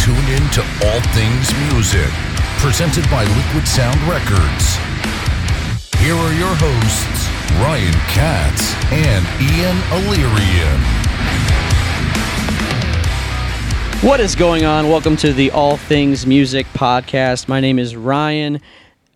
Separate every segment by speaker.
Speaker 1: tune in to All Things Music, presented by Liquid Sound Records. Here are your hosts, Ryan Katz and Ian O'Leary.
Speaker 2: What is going on? Welcome to the All Things Music podcast. My name is Ryan.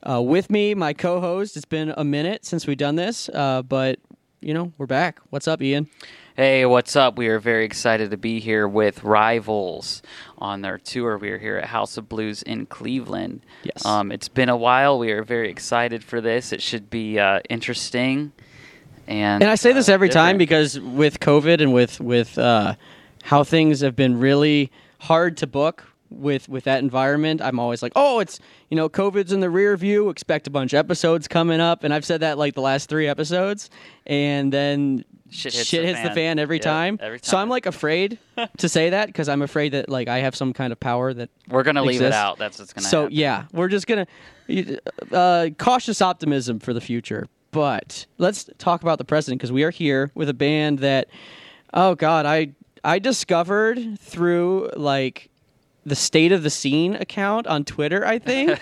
Speaker 2: Uh, with me, my co-host. It's been a minute since we've done this, uh, but you know we're back. What's up, Ian?
Speaker 3: Hey, what's up? We are very excited to be here with Rivals on their tour. We are here at House of Blues in Cleveland.
Speaker 2: Yes.
Speaker 3: Um, it's been a while. We are very excited for this. It should be uh, interesting. And,
Speaker 2: And I say this
Speaker 3: uh,
Speaker 2: every time
Speaker 3: different.
Speaker 2: because with COVID and with with uh, how things have been really hard to book with with that environment, I'm always like, oh, it's you know, COVID's in the rear view. Expect a bunch of episodes coming up, and I've said that like the last three episodes, and then
Speaker 3: Shit hits the fan.
Speaker 2: every,
Speaker 3: Yeah,
Speaker 2: time.
Speaker 3: every
Speaker 2: So
Speaker 3: time.
Speaker 2: I'm like afraid to say that because I'm afraid that like I have some kind of power that
Speaker 3: we're going to leave it
Speaker 2: exists.
Speaker 3: out. That's what's going to
Speaker 2: so
Speaker 3: happen.
Speaker 2: yeah, we're just gonna uh, cautious optimism for the future. But let's talk about the present because we are here with a band that, oh god, I I discovered through like the state of the scene account on Twitter. I think,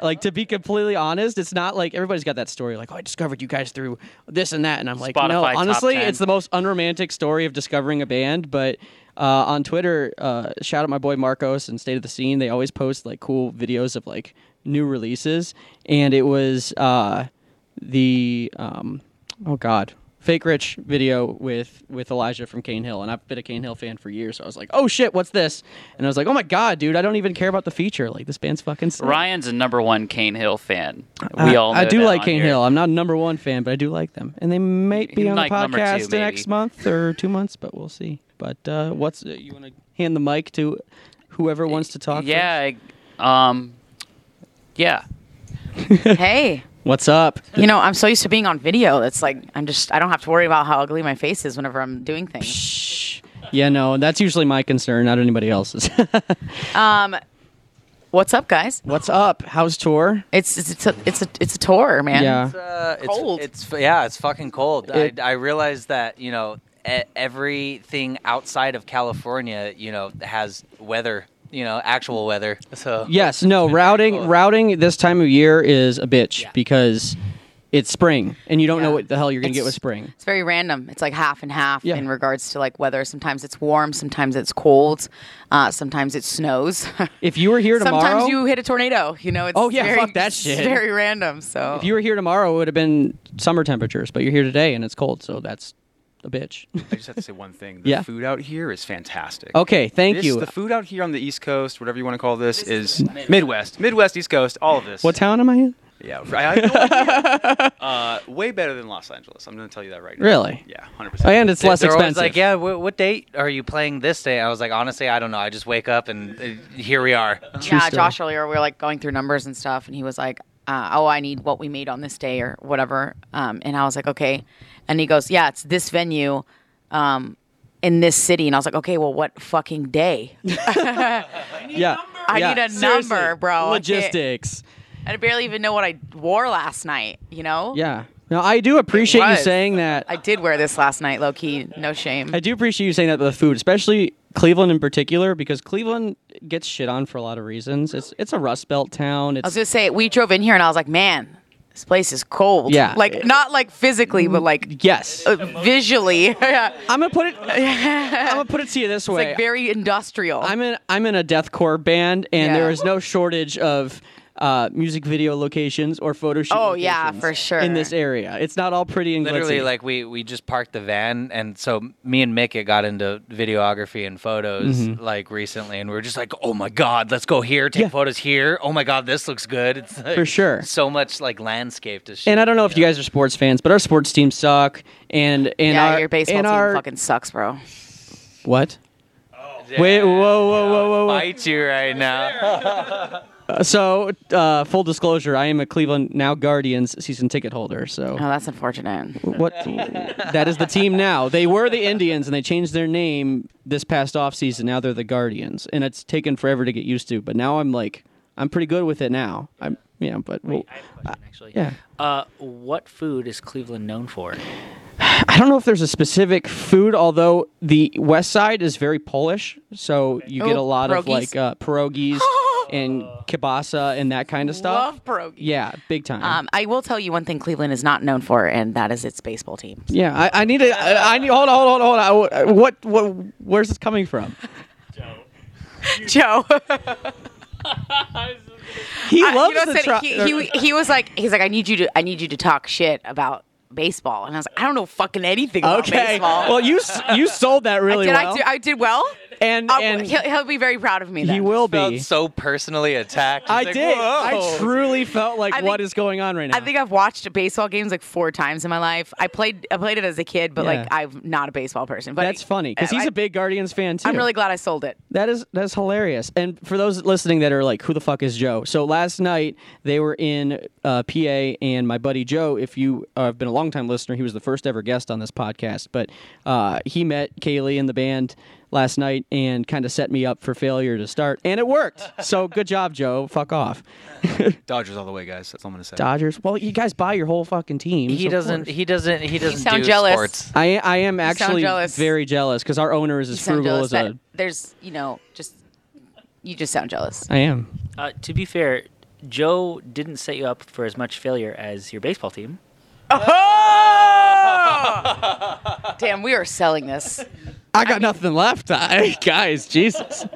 Speaker 2: like to be completely honest, it's not like everybody's got that story. Like, oh, I discovered you guys through this and that, and I'm like,
Speaker 3: Spotify
Speaker 2: no,
Speaker 3: top
Speaker 2: honestly,
Speaker 3: 10.
Speaker 2: it's the most unromantic story of discovering a band, but uh, on Twitter, uh, shout out my boy Marcos and State of the Scene. They always post like cool videos of like new releases, and it was uh, the um, oh god, Fake Rich video with with Elijah from Cane Hill, and I've been a Cane Hill fan for years. So I was like, oh shit, what's this? And I was like, oh my god, dude, I don't even care about the feature. Like this band's fucking sick.
Speaker 3: Ryan's a number one Kane Hill fan. We
Speaker 2: I-
Speaker 3: all know
Speaker 2: Uh, I do
Speaker 3: that
Speaker 2: like
Speaker 3: on
Speaker 2: Cane
Speaker 3: here.
Speaker 2: Hill. I'm not a number one fan, but I do like them, and they might be
Speaker 3: You
Speaker 2: on the
Speaker 3: like number two,
Speaker 2: podcast
Speaker 3: maybe.
Speaker 2: next month or two months, but we'll see. But uh, what's uh, you want to hand the mic to whoever wants to talk?
Speaker 3: Yeah. I, um, yeah.
Speaker 4: Hey,
Speaker 2: first? What's up?
Speaker 4: you know, I'm so used to being on video. It's like I'm just I don't have to worry about how ugly my face is whenever I'm doing things.
Speaker 2: Shh. Yeah, no, that's usually my concern, not anybody else's.
Speaker 4: What's up, guys?
Speaker 2: what's up? How's tour?
Speaker 4: It's it's it's a it's a, it's a tour, man.
Speaker 2: Yeah.
Speaker 5: uh, it's,
Speaker 4: Cold.
Speaker 5: It's yeah, it's fucking cold.
Speaker 2: It-
Speaker 5: I, I realized that you know e- everything outside of California, you know, has weather. You know, actual weather. So
Speaker 2: Yes, no, routing routing this time of year is a bitch because it's spring and you don't know
Speaker 4: Yeah.
Speaker 2: what the hell you're gonna get
Speaker 4: It's-
Speaker 2: with spring.
Speaker 4: It's very random. It's like half and half
Speaker 2: Yeah.
Speaker 4: in regards to like weather. Sometimes it's warm, sometimes it's cold, uh, sometimes it snows.
Speaker 2: If you were here tomorrow,
Speaker 4: sometimes you hit a tornado. You know, it's
Speaker 2: Oh, yeah,
Speaker 4: very,
Speaker 2: fuck that
Speaker 4: it's
Speaker 2: shit.
Speaker 4: very random. So
Speaker 2: If you were here tomorrow, it would have been summer temperatures, but you're here today and it's cold, so that's a bitch.
Speaker 6: I just have to say one thing. The
Speaker 2: Yeah.
Speaker 6: food out here is fantastic.
Speaker 2: Okay, thank
Speaker 6: This-
Speaker 2: you.
Speaker 6: The food out here on the East Coast, whatever you want to call this, is Midwest. Midwest, East Coast, all of this.
Speaker 2: What town am I in?
Speaker 6: Yeah, I have no idea. uh, way better than Los Angeles. I'm going to tell you that right now.
Speaker 2: Really?
Speaker 6: Yeah, 100%.
Speaker 2: Oh, And it's less
Speaker 5: they're always
Speaker 2: expensive.
Speaker 5: like, yeah, wh- what date are you playing this day? I was like, honestly, I don't know. I just wake up and uh, here we are.
Speaker 2: True
Speaker 4: yeah,
Speaker 2: story.
Speaker 4: Josh earlier, we were like going through numbers and stuff, and he was like, uh, "Oh, I need what we made on this day or whatever," um, and I was like, "Okay," and he goes, "Yeah, it's this venue." Um, in this city, and I was like, okay, well, what fucking day?
Speaker 2: Yeah.
Speaker 4: I
Speaker 2: yeah.
Speaker 4: need a
Speaker 2: Seriously.
Speaker 4: number, bro. I can't-
Speaker 2: Logistics.
Speaker 4: I barely even know what I wore last night, you know?
Speaker 2: Yeah. Now I do appreciate you
Speaker 4: was.
Speaker 2: saying that.
Speaker 4: I did wear this last night, low key, no shame.
Speaker 2: I do appreciate you saying that about the food, especially Cleveland in particular, because Cleveland gets shit on for a lot of reasons. It's it's a Rust Belt town.
Speaker 4: I was
Speaker 2: It's
Speaker 4: gonna say, we drove in here and I was like, man, this place is cold.
Speaker 2: Yeah. Mm,
Speaker 4: Like, not like physically, but like
Speaker 2: yes.
Speaker 4: uh, visually. yeah.
Speaker 2: I'm gonna put it. I'm gonna put it to you this way.
Speaker 4: Like, very industrial.
Speaker 2: I'm in I'm in a deathcore band, and
Speaker 4: Yeah.
Speaker 2: there is no shortage of uh, music video locations or photo shoot.
Speaker 4: Oh, yeah,
Speaker 2: locations
Speaker 4: for sure.
Speaker 2: In this area, it's not all pretty and
Speaker 5: Literally,
Speaker 2: glitzy.
Speaker 5: like we we just parked the van, and so me and Mick it got into videography and photos like recently, and we were just like, oh my god, let's go here, take
Speaker 2: Mm-hmm. Yeah.
Speaker 5: photos here. Oh my god, this looks good. It's like,
Speaker 2: For sure.
Speaker 5: So much like landscape to shoot.
Speaker 2: And I don't know if you guys are sports fans, but our sports teams suck. And and
Speaker 4: yeah,
Speaker 2: our
Speaker 4: your baseball
Speaker 2: and
Speaker 4: team
Speaker 2: our,
Speaker 4: fucking sucks, bro.
Speaker 2: what?
Speaker 5: Oh,
Speaker 2: Wait, whoa, whoa, whoa, whoa, whoa.
Speaker 5: Fight you right now.
Speaker 2: So, uh, full disclosure, I am a Cleveland now Guardians season ticket holder. So,
Speaker 4: Oh, that's unfortunate.
Speaker 2: what? that is the team now. They were the Indians, and they changed their name this past offseason. Now they're the Guardians, and it's taken forever to get used to. But now I'm like, I'm pretty good with it now. I'm, yeah, but well,
Speaker 7: I have a question, actually.
Speaker 2: yeah.
Speaker 7: Uh, what food is Cleveland known for?
Speaker 2: I don't know if there's a specific food, although the West Side is very Polish, so you get
Speaker 4: Oh,
Speaker 2: a lot of
Speaker 4: pierogies.
Speaker 2: like uh, pierogies and kielbasa and that kind of stuff.
Speaker 4: Love pierogies.
Speaker 2: Yeah, big time.
Speaker 4: Um, I will tell you one thing Cleveland is not known for, and that is its baseball team.
Speaker 2: yeah, I, I need to. I, I need. Hold on, hold on, hold on. What? What? Where's this coming from?
Speaker 4: Joe,
Speaker 2: He
Speaker 4: I-
Speaker 2: loves
Speaker 4: you know,
Speaker 2: the.
Speaker 4: said
Speaker 2: Tri-
Speaker 4: he, he, he was like, he's like, I need you to, I need you to talk shit about baseball, and I was like, I don't know fucking anything about
Speaker 2: okay.
Speaker 4: baseball.
Speaker 2: Well, you s- you sold that really
Speaker 4: did
Speaker 2: well.
Speaker 4: I do? I did well.
Speaker 2: and
Speaker 4: I'll-
Speaker 2: and
Speaker 4: he'll, he'll be very proud of me. Then.
Speaker 2: he will
Speaker 5: Felt
Speaker 2: be.
Speaker 5: so personally attacked.
Speaker 2: I
Speaker 5: It's like,
Speaker 2: did. I
Speaker 5: whoa.
Speaker 2: truly felt like
Speaker 4: I think-
Speaker 2: what is going on right now.
Speaker 4: I think I've watched baseball games like four times in my life. I played, I played it as a kid, but
Speaker 2: Yeah.
Speaker 4: like I'm not a baseball person. But
Speaker 2: that's funny because he's
Speaker 4: I-
Speaker 2: a big Guardians fan too.
Speaker 4: I'm really glad I sold it.
Speaker 2: That is that's hilarious. And for those listening that are like, who the fuck is Joe? So last night they were in uh, PA, and my buddy Joe, if you uh, have been a longtime listener, he was the first ever guest on this podcast. But uh, he met Kaylee and the band last night and kind of set me up for failure to start, and it worked. so good job, Joe. Fuck off,
Speaker 6: Dodgers all the way, guys. That's all I'm gonna say.
Speaker 2: Dodgers. Well, you guys buy your whole fucking team. so
Speaker 5: He
Speaker 2: of
Speaker 5: doesn't.
Speaker 2: course.
Speaker 5: He doesn't. He doesn't
Speaker 4: sound
Speaker 5: do
Speaker 4: jealous.
Speaker 5: sports.
Speaker 2: I, I am actually
Speaker 4: jealous.
Speaker 2: very jealous because our owner is as
Speaker 4: You sound
Speaker 2: frugal
Speaker 4: jealous
Speaker 2: as
Speaker 4: that
Speaker 2: a.
Speaker 4: there's, you know, just you just sound jealous.
Speaker 2: I am.
Speaker 7: Uh, to be fair, Joe didn't set you up for as much failure as your baseball team.
Speaker 4: Damn, we are selling this.
Speaker 2: I got nothing left. I, guys, Jesus.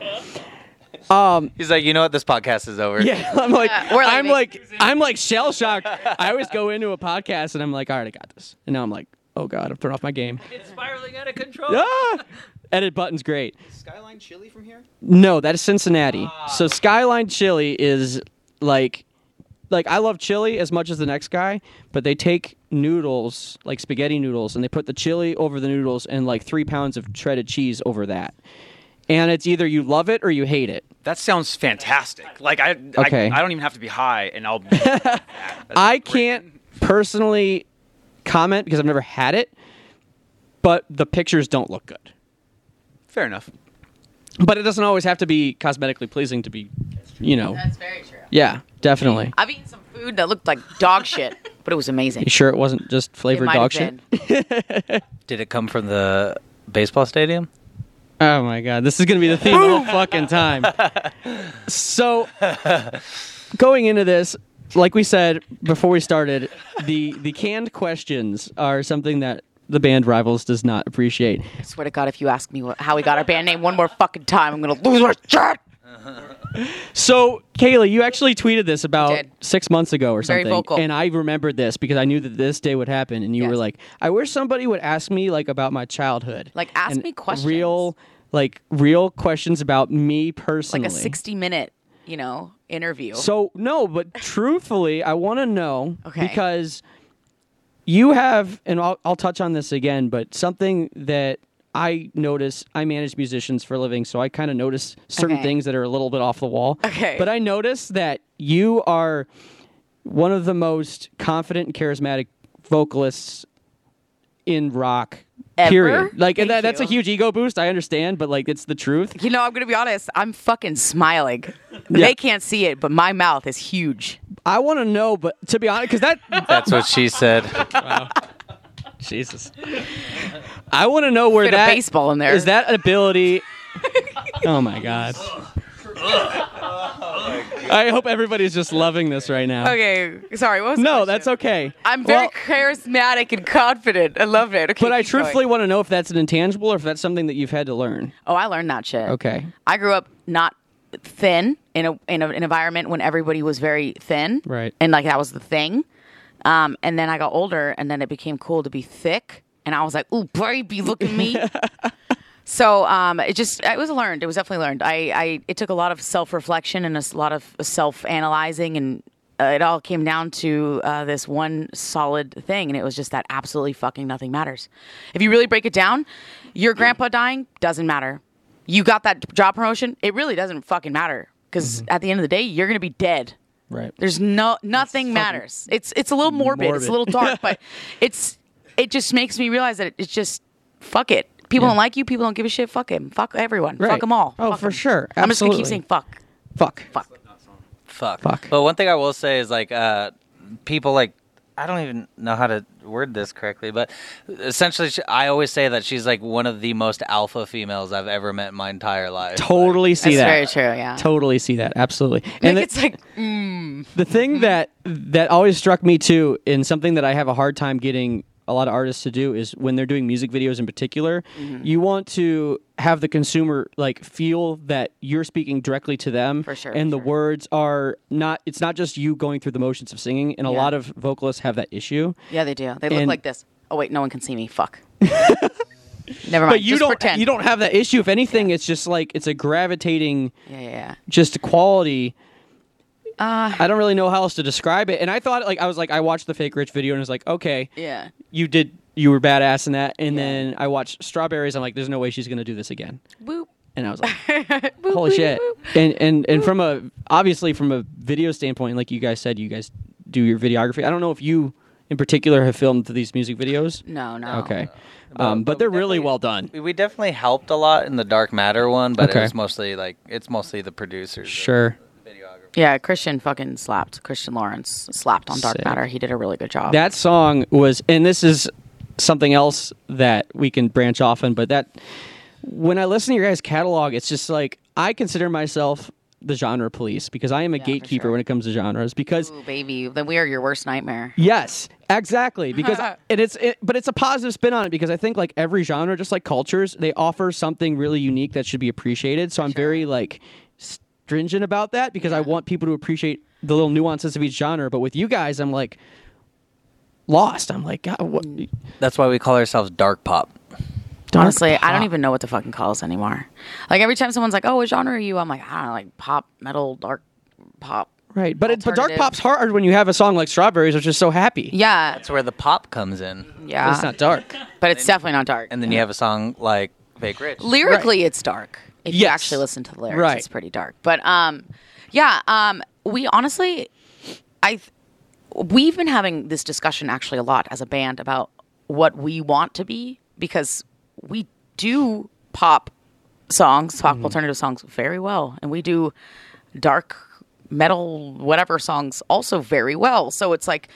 Speaker 2: Um,
Speaker 5: He's like, you know what? This podcast is over.
Speaker 2: Yeah, I'm like,
Speaker 4: Yeah, we're
Speaker 2: I'm
Speaker 4: leaving.
Speaker 2: like, I'm like shell shocked. I always go into a podcast and I'm like, all right, I got this, and now I'm like, oh god, I'm throwing off my game.
Speaker 7: It's spiraling out of control.
Speaker 2: Ah! Edit button's great.
Speaker 6: Skyline chili from here. Ah.
Speaker 2: No, that is Cincinnati. So Skyline Chili is like, like I love chili as much as the next guy, but they take noodles, like spaghetti noodles, and they put the chili over the noodles and like three pounds of shredded cheese over that. And it's either you love it or you hate it.
Speaker 6: That sounds fantastic. Like I,
Speaker 2: Okay.
Speaker 6: I, I don't even have to be high, and I'll.
Speaker 2: I can't personally comment because I've never had it, but the pictures don't look good.
Speaker 6: Fair enough.
Speaker 2: But it doesn't always have to be cosmetically pleasing to be, you know.
Speaker 4: very true.
Speaker 2: Yeah, definitely.
Speaker 4: I've eaten some food that looked like dog shit, but it was amazing.
Speaker 2: You sure it wasn't just
Speaker 4: It
Speaker 2: flavored
Speaker 4: might
Speaker 2: dog shit?
Speaker 4: have
Speaker 5: Did it come from the baseball stadium?
Speaker 2: Oh my god, this is gonna be the theme the whole fucking time. So, going into this, like we said before we started, the the canned questions are something that the band Rivals does not appreciate.
Speaker 4: I swear to God, if you ask me what, how we got our band name one more fucking time, I'm gonna lose my shit.
Speaker 2: So, Kaylee, you actually tweeted this about
Speaker 4: did.
Speaker 2: six months ago or
Speaker 4: Very
Speaker 2: something.
Speaker 4: vocal.
Speaker 2: And I remembered this because I knew that this day would happen. And you were
Speaker 4: Yes.
Speaker 2: like, I wish somebody would ask me like about my childhood.
Speaker 4: Like, ask
Speaker 2: And
Speaker 4: me questions.
Speaker 2: Real like real questions about me
Speaker 4: Like
Speaker 2: personally.
Speaker 4: a 60 minute, you know, interview.
Speaker 2: So no, but truthfully, I want to know
Speaker 4: Oh. Okay.
Speaker 2: because you have, and I'll, I'll touch on this again, but something that I notice, I manage musicians for a living, so I kind of notice certain
Speaker 4: Okay.
Speaker 2: things that are a little bit off the wall.
Speaker 4: Okay.
Speaker 2: But I notice that you are one of the most confident and charismatic vocalists in rock.
Speaker 4: Ever?
Speaker 2: Period. Like and
Speaker 4: Thank
Speaker 2: that, that's a
Speaker 4: you.
Speaker 2: huge ego boost. I understand, but like it's the truth.
Speaker 4: you know, I'm gonna be honest. I'm fucking smiling. They can't see it, but my mouth is huge.
Speaker 2: I want to know, but to be honest, because that
Speaker 5: That's what she said.
Speaker 2: Jesus. I want to know where
Speaker 4: Fit a
Speaker 2: that
Speaker 4: baseball in there.
Speaker 2: Is that ability? oh my god. I hope everybody's just loving this right now.
Speaker 4: Okay, sorry. What was the
Speaker 2: No,
Speaker 4: question?
Speaker 2: that's okay.
Speaker 4: I'm very
Speaker 2: Well,
Speaker 4: charismatic and confident. I love it. Okay,
Speaker 2: but I
Speaker 4: keep going.
Speaker 2: truthfully want to know if that's an intangible or if that's something that you've had to learn.
Speaker 4: Oh, I learned that shit.
Speaker 2: Okay.
Speaker 4: I grew up not thin in a in a, an environment when everybody was very thin,
Speaker 2: Right.
Speaker 4: And like that was the thing. Um, and then I got older, and then it became cool to be thick, and I was like, "Ooh, baby, look at me." so um, it just it was learned. It was definitely learned. I, I it took a lot of self reflection and a s- lot of self analyzing, and uh, it all came down to uh, this one solid thing, and it was just that absolutely fucking nothing matters. If you really break it down, your grandpa dying doesn't matter you got that job promotion, it really doesn't fucking matter because at the end of the day, you're gonna be dead.
Speaker 2: Right.
Speaker 4: There's no nothing matters. It's it's a little morbid. It's a little
Speaker 2: morbid.
Speaker 4: dark, but it's it just makes me realize that it's just fuck it. People don't like you. People don't give a shit. Fuck him. Fuck everyone.
Speaker 2: Right.
Speaker 4: Fuck them all.
Speaker 2: Oh,
Speaker 4: Fuck
Speaker 2: for
Speaker 4: 'em.
Speaker 2: sure.
Speaker 4: I'm just gonna keep
Speaker 2: Absolutely.
Speaker 4: saying fuck.
Speaker 2: Fuck.
Speaker 4: Fuck.
Speaker 5: Fuck.
Speaker 2: Fuck.
Speaker 5: But one thing I will say is like uh, people like I don't even know how to word this correctly, but essentially, she, I always say that she's like one of the most alpha females I've ever met in my entire life.
Speaker 2: Totally see
Speaker 4: That's
Speaker 2: that.
Speaker 4: very true. Yeah.
Speaker 2: Totally see that. Absolutely.
Speaker 4: Like,
Speaker 2: the-
Speaker 4: it's like
Speaker 2: the
Speaker 4: Mm-hmm.
Speaker 2: thing that that always struck me too and something that i have a hard time getting a lot of artists to do is when they're doing music videos in particular
Speaker 4: Mm-hmm.
Speaker 2: you want to have the consumer like feel that you're speaking directly to them
Speaker 4: For sure,
Speaker 2: and
Speaker 4: for
Speaker 2: the
Speaker 4: sure.
Speaker 2: words are not it's not just you going through the motions of singing and a
Speaker 4: Yeah.
Speaker 2: lot of vocalists have that issue
Speaker 4: yeah, they do. They look
Speaker 2: And-
Speaker 4: like this. Oh wait, no one can see me. Fuck. Never mind.
Speaker 2: but you
Speaker 4: Just
Speaker 2: don't
Speaker 4: pretend.
Speaker 2: you don't have that issue if anything it's just like it's a gravitating
Speaker 4: Yeah, yeah. yeah.
Speaker 2: just quality.
Speaker 4: Uh.
Speaker 2: I don't really know how else to describe it. And I thought, like, I was like, I watched the Fake Rich video and was like, okay,
Speaker 4: Yeah.
Speaker 2: you did, you were badass in that. And
Speaker 4: Yeah.
Speaker 2: then I watched Strawberries. I'm like, there's no way she's gonna do this again.
Speaker 4: Boop.
Speaker 2: And I was like, holy shit. And and and from a obviously from a video standpoint, like you guys said, you guys do your videography. I don't know if you in particular have filmed these music videos.
Speaker 4: No, no.
Speaker 2: Okay. Um, but they're really well done.
Speaker 5: We definitely helped a lot in the Dark Matter one, but
Speaker 2: Okay.
Speaker 5: it was mostly like it's mostly the producers.
Speaker 2: Sure.
Speaker 4: Yeah, Christian fucking slapped. Christian Lawrence slapped on Dark
Speaker 2: Sick.
Speaker 4: Matter. He did a really good job.
Speaker 2: that song was and this is something else that we can branch off on but that when i listen to your guys catalog it's just like i consider myself the genre police because i am a gatekeeper
Speaker 4: sure.
Speaker 2: when it comes to genres because
Speaker 4: Ooh, baby, then we are your worst nightmare.
Speaker 2: Yes, exactly. Because and it's it, but it's a positive spin on it because I think like every genre, just like cultures, they offer something really unique that should be appreciated. So I'm very like stringent about that because I want people to appreciate the little nuances of each genre. But with you guys, I'm like lost. I'm like, God, what?
Speaker 5: That's why we call ourselves Dark Pop.
Speaker 4: Honestly, I don't even know what to fucking call us anymore. Like every time someone's like, "Oh, what genre are you?" I'm like, "I don't know, like pop, metal, dark pop."
Speaker 2: right? But it, but dark
Speaker 4: Alternative.
Speaker 2: pop's hard when you have a song like Strawberries, which is so happy.
Speaker 4: Yeah,
Speaker 5: That's where the pop comes in,
Speaker 4: yeah,
Speaker 2: But it's not dark.
Speaker 4: but it's definitely not dark.
Speaker 5: and then you have a song like Fake Rich.
Speaker 4: lyrically it's dark if you
Speaker 2: Yes.
Speaker 4: actually listen to the lyrics
Speaker 2: Right.
Speaker 4: it's pretty dark but um yeah um we honestly i th- we've been having this discussion actually a lot as a band about what we want to be because we do pop songs
Speaker 2: Mm-hmm.
Speaker 4: pop alternative songs very well and we do dark metal whatever songs also very well so it's like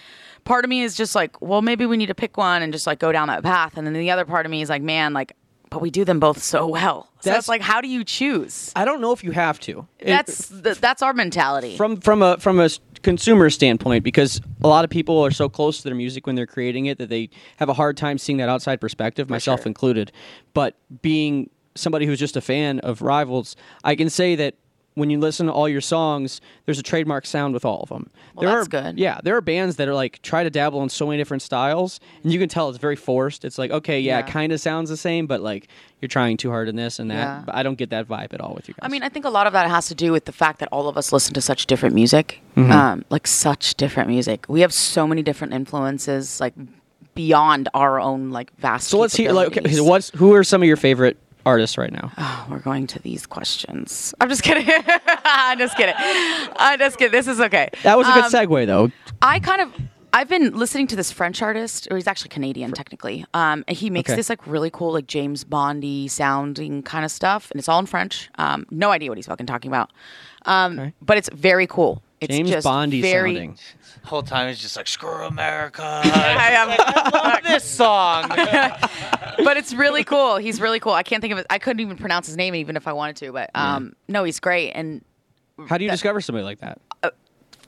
Speaker 4: part of me is just like well maybe we need to pick one and just like go down that path and then the other part of me is like man like but we do them both so well so
Speaker 2: That's-
Speaker 4: that's like how do you choose
Speaker 2: I don't know if you have to. It-
Speaker 4: that's th- that's our mentality
Speaker 2: from from a from a s- consumer standpoint because a lot of people are so close to their music when they're creating it that they have a hard time seeing that outside perspective myself included but being somebody who's just a fan of rivals i can say that when you listen to all your songs there's a trademark sound with all of them well,
Speaker 4: that's good.
Speaker 2: yeah there are bands that are like try to dabble in so many different styles and you can tell it's very forced it's like okay yeah, it
Speaker 4: Yeah.
Speaker 2: kind of sounds the same but like you're trying too hard in this and that
Speaker 4: Yeah.
Speaker 2: but i don't get that vibe at all with you guys
Speaker 4: I mean, I think a lot of that has to do with the fact that all of us listen to such different music,
Speaker 2: Mm-hmm.
Speaker 4: um, like such different music. We have so many different influences, like beyond our own like vast.
Speaker 2: so let's hear like
Speaker 4: capabilities.
Speaker 2: okay, what's who are some of your favorite artists right now
Speaker 4: Oh, we're going to these questions. I'm just kidding. I'm just kidding. I'm just kidding. This is okay.
Speaker 2: That was a good
Speaker 4: Um,
Speaker 2: segue, though.
Speaker 4: I kind of I've been listening to this French artist, or he's actually Canadian technically. Um, and he makes
Speaker 2: Okay.
Speaker 4: this like really cool, like James Bondy sounding kind of stuff, and it's all in French. Um, no idea what he's fucking talking about, um, but it's very cool. It's
Speaker 2: James
Speaker 4: just
Speaker 2: Bondy
Speaker 4: very,
Speaker 2: sounding.
Speaker 5: whole time it's just like screw America.
Speaker 4: I am-
Speaker 5: this song.
Speaker 4: but it's really cool. He's really cool. I can't think of it. I couldn't even pronounce his name, even if I wanted to. But um, no, he's great, and
Speaker 2: How
Speaker 4: Uh,
Speaker 2: do you discover somebody like that?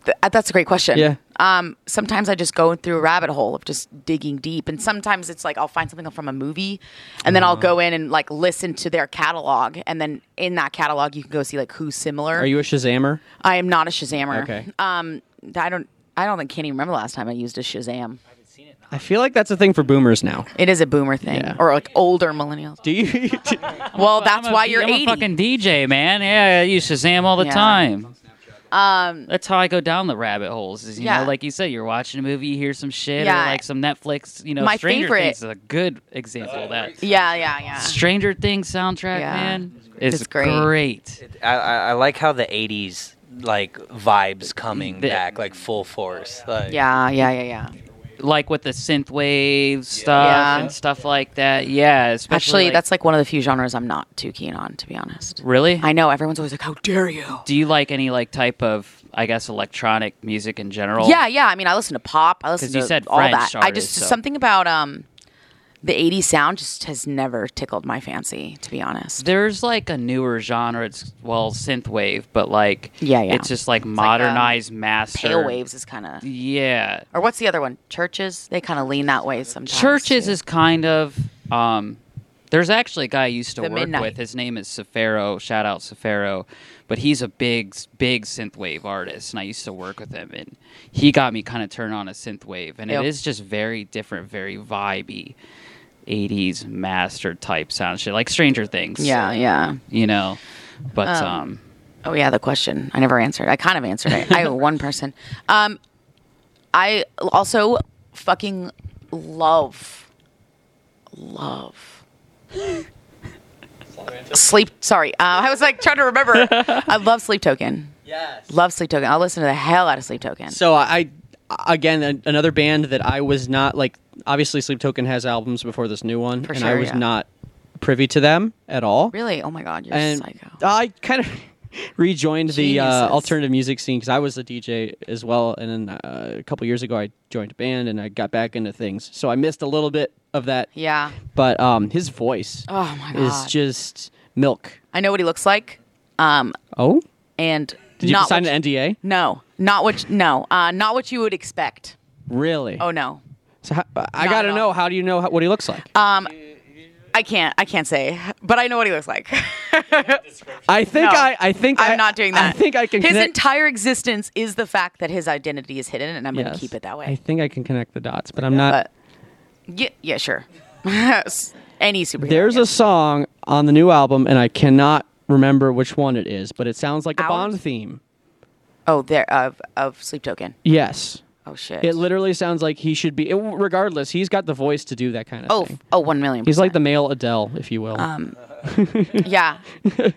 Speaker 4: Th- that's a great question.
Speaker 2: Yeah.
Speaker 4: Um, sometimes I just go through a rabbit hole of just digging deep, and sometimes it's like I'll find something from a movie, and then I'll
Speaker 2: Uh-huh.
Speaker 4: go in and like listen to their catalog, and then in that catalog you can go see like who's similar.
Speaker 2: Are you a Shazammer?
Speaker 4: I am not a Shazammer.
Speaker 2: Okay.
Speaker 4: Um, I don't. I don't think can't even remember the last time I used a Shazam.
Speaker 2: I feel like that's a thing for boomers now.
Speaker 4: It is a boomer thing,
Speaker 2: Yeah.
Speaker 4: or like older millennials.
Speaker 2: Do you?
Speaker 4: Well, that's
Speaker 3: I'm a
Speaker 4: why
Speaker 3: D-
Speaker 4: you're
Speaker 3: I'm a
Speaker 4: 80.
Speaker 3: fucking DJ, man. Yeah, I use Shazam all the
Speaker 4: Yeah.
Speaker 3: time.
Speaker 4: um,
Speaker 3: That's how I go down the rabbit holes. Is, you
Speaker 4: Yeah.
Speaker 3: know, like you said, you're watching a movie, you hear some shit,
Speaker 4: Yeah.
Speaker 3: or like some Netflix. You know,
Speaker 4: My
Speaker 3: Stranger
Speaker 4: favorite-
Speaker 3: Things is a good example of that.
Speaker 4: yeah, yeah, yeah.
Speaker 3: Stranger Things soundtrack,
Speaker 4: Yeah.
Speaker 3: man, is
Speaker 4: It's great.
Speaker 3: great.
Speaker 5: I, I I like how the '80s like vibes coming
Speaker 3: The-
Speaker 5: back like full force. Like,
Speaker 4: Yeah, yeah, yeah, yeah.
Speaker 3: like with the synth wave stuff
Speaker 4: Yeah.
Speaker 3: and stuff like that. Yeah, especially
Speaker 4: Actually,
Speaker 3: like-
Speaker 4: that's like one of the few genres I'm not too keen on, to be honest.
Speaker 3: really.
Speaker 4: I know everyone's always like, "How dare you?"
Speaker 3: Do you like any like type of I guess electronic music in general?
Speaker 4: Yeah, yeah. I mean, I listen to pop. I listen
Speaker 3: 'Cause
Speaker 4: to
Speaker 3: you said
Speaker 4: all
Speaker 3: French
Speaker 4: that. I
Speaker 3: artists,
Speaker 4: just
Speaker 3: so-
Speaker 4: something about um the '80s sound just has never tickled my fancy, to be honest.
Speaker 3: There's like a newer genre. It's well synthwave, but like
Speaker 4: Yeah, yeah.
Speaker 3: It's just like
Speaker 4: like, um,
Speaker 3: modernized master
Speaker 4: Pale waves is kind of,
Speaker 3: Yeah,
Speaker 4: or what's the other one? Churches. They kind of lean that way sometimes.
Speaker 3: churches
Speaker 4: too.
Speaker 3: is kind of um there's actually a guy I used to
Speaker 4: The
Speaker 3: work
Speaker 4: Midnight.
Speaker 3: with. His name is Safero. Shout out Safero. But he's a big, big synthwave artist, and I used to work with him, and he got me kind of turned on a synthwave, and
Speaker 4: Yep.
Speaker 3: it is just very different, very vibey, '80s master type sound shit, like Stranger Things.
Speaker 4: Yeah, yeah.
Speaker 3: you know. But um,
Speaker 4: Oh yeah, the question I never answered. I kind of answered it. I have one person. Um, I also fucking love, love. Sleep. Sorry, uh, I was like trying to remember. I love Sleep Token. Yes. Love Sleep Token. I'll listen to the hell out of Sleep Token.
Speaker 2: So I I- again an- another band that I was not like obviously Sleep Token has albums before this new one
Speaker 4: For
Speaker 2: and I
Speaker 4: sure,
Speaker 2: was
Speaker 4: yeah.
Speaker 2: not privy to them at all.
Speaker 4: really? Oh my god, you're
Speaker 2: And
Speaker 4: psycho.
Speaker 2: I kind of rejoined the uh,
Speaker 4: Geniuses.
Speaker 2: alternative music scene because I was a DJ as well and then uh, a couple years ago I joined a band and I got back into things. So I missed a little bit of that.
Speaker 4: Yeah.
Speaker 2: But um his voice
Speaker 4: Oh my
Speaker 2: is
Speaker 4: god.
Speaker 2: just milk.
Speaker 4: I know what he looks like. Um,
Speaker 2: Oh?
Speaker 4: and
Speaker 2: Did you
Speaker 4: not
Speaker 2: sign
Speaker 4: what
Speaker 2: an NDA?
Speaker 4: No, not what. No, uh, not what you would expect.
Speaker 2: Really?
Speaker 4: Oh no.
Speaker 2: So how, uh, I
Speaker 4: Not
Speaker 2: got to
Speaker 4: at
Speaker 2: know
Speaker 4: all. Uh,
Speaker 2: how do you know how, what he looks like?
Speaker 4: I can't. I can't say, but I know what he looks like.
Speaker 2: I think
Speaker 4: No,
Speaker 2: I, I think
Speaker 4: I'm
Speaker 2: I-
Speaker 4: not doing that.
Speaker 2: I think I can.
Speaker 4: His
Speaker 2: connect-
Speaker 4: entire existence is the fact that his identity is hidden, and I'm going
Speaker 2: Yes.
Speaker 4: to keep it that
Speaker 2: I
Speaker 4: way.
Speaker 2: think I can connect the dots, but I'm not.
Speaker 4: But yeah, yeah, sure. Any superhero.
Speaker 2: There's a song on the new album, and I cannot remember which one it is, but it sounds like a
Speaker 4: Ours?
Speaker 2: Bond theme.
Speaker 4: oh there of of Sleep Token.
Speaker 2: Yes,
Speaker 4: Oh shit.
Speaker 2: it literally sounds like he should be. It, regardless, he's got the voice to do that kind of
Speaker 4: oh Um,
Speaker 2: thing.
Speaker 4: f- oh one million.
Speaker 2: He's like the
Speaker 4: percent.
Speaker 2: male Adele, if you will.
Speaker 4: yeah.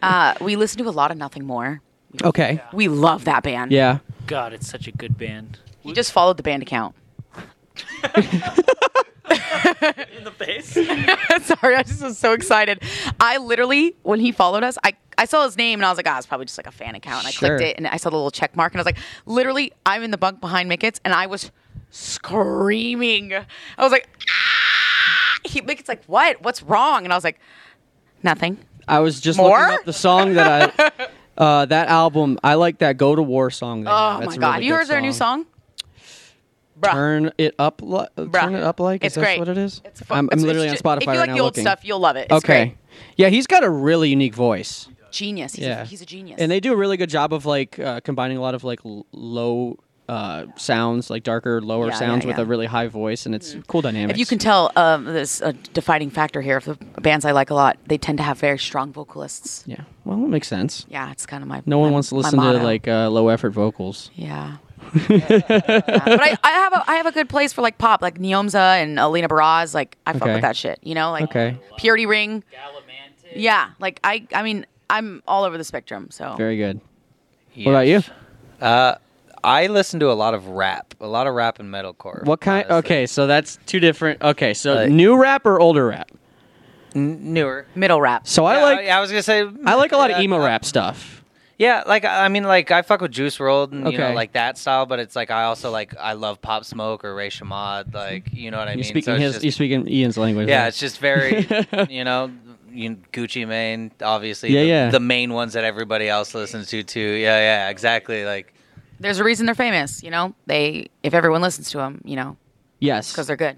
Speaker 4: Uh, we listen to a lot of Nothing More.
Speaker 2: okay.
Speaker 4: We love that band.
Speaker 2: Yeah.
Speaker 7: God, it's such a good band.
Speaker 4: He just followed the band account. In the face. Sorry, I just was so excited. I literally, when he followed us, I, I saw his name and I was like, ah, it's probably just like a fan account. And I
Speaker 2: Sure.
Speaker 4: clicked it and I saw the little check mark and I was like, literally, I'm in the bunk behind Mickets and I was screaming. I was like, ah! he Mickets like, what? What's wrong? And I was like, nothing.
Speaker 2: I was just
Speaker 4: More?
Speaker 2: looking up the song that I. Uh, that album, I like that "Go to War" song. they
Speaker 4: Oh
Speaker 2: have. That's a
Speaker 4: my god,
Speaker 2: really
Speaker 4: you
Speaker 2: good
Speaker 4: heard their new song? Bruh.
Speaker 2: Turn it up, li- uh,
Speaker 4: Bruh.
Speaker 2: turn it up like.
Speaker 4: it's
Speaker 2: is
Speaker 4: great.
Speaker 2: That what it is?
Speaker 4: It's fu-
Speaker 2: I'm, I'm
Speaker 4: it's-
Speaker 2: literally
Speaker 4: it's ju-
Speaker 2: on Spotify
Speaker 4: If you
Speaker 2: right
Speaker 4: like
Speaker 2: now
Speaker 4: the old
Speaker 2: looking.
Speaker 4: stuff, you'll love it. It's
Speaker 2: okay.
Speaker 4: great.
Speaker 2: Yeah, he's got a really unique voice.
Speaker 4: genius. He's,
Speaker 2: yeah,
Speaker 4: a, he's a genius.
Speaker 2: And they do a really good job of like uh, combining a lot of like l- low uh, sounds, like darker, lower
Speaker 4: Yeah, yeah,
Speaker 2: sounds, with
Speaker 4: yeah. Mm-hmm.
Speaker 2: a really high voice, and it's cool dynamics.
Speaker 4: if you can tell, um, there's a defining factor here of the bands I like a lot. They tend to have very strong vocalists.
Speaker 2: yeah. Well, it makes sense.
Speaker 4: Yeah, it's kind of my.
Speaker 2: No one
Speaker 4: my-
Speaker 2: wants to
Speaker 4: my
Speaker 2: listen to
Speaker 4: motto.
Speaker 2: like uh, low effort vocals.
Speaker 4: Yeah. Yeah. But I, I have a I have a good place for like pop, like Neomza and Alina Baraz. Like I fuck
Speaker 2: Okay.
Speaker 4: with that shit. You know, like
Speaker 2: Okay.
Speaker 4: Purity Ring. Yeah, like I I mean I'm all over the spectrum. So
Speaker 2: Very good. What about you?
Speaker 5: I listen to a lot of rap, a lot of rap and metalcore.
Speaker 2: What kind?
Speaker 5: honestly.
Speaker 2: Okay, so that's two different. Okay, so
Speaker 5: Like-
Speaker 2: new rap or older rap?
Speaker 5: Newer.
Speaker 4: middle rap.
Speaker 2: So I
Speaker 5: Yeah,
Speaker 2: like
Speaker 5: I, was gonna say.
Speaker 2: I like a lot of
Speaker 5: yeah,
Speaker 2: emo
Speaker 5: uh,
Speaker 2: rap stuff.
Speaker 5: Yeah, like I mean, like I fuck with Juice World and you know
Speaker 2: Okay.
Speaker 5: like that style, but it's like I also like I love Pop Smoke or Ray Shamad, like you know what I
Speaker 2: You're
Speaker 5: mean.
Speaker 2: speaking
Speaker 5: So it's
Speaker 2: his.
Speaker 5: just-
Speaker 2: you're speaking Ian's language.
Speaker 5: yeah,
Speaker 2: there.
Speaker 5: it's just very you know you, Gucci Mane, obviously.
Speaker 2: Yeah,
Speaker 5: the,
Speaker 2: yeah.
Speaker 5: The main ones that everybody else listens to too. Yeah, yeah, exactly. Like
Speaker 4: There's a reason they're famous. You know, they if everyone listens to them, you know,
Speaker 2: yes,
Speaker 4: because they're good.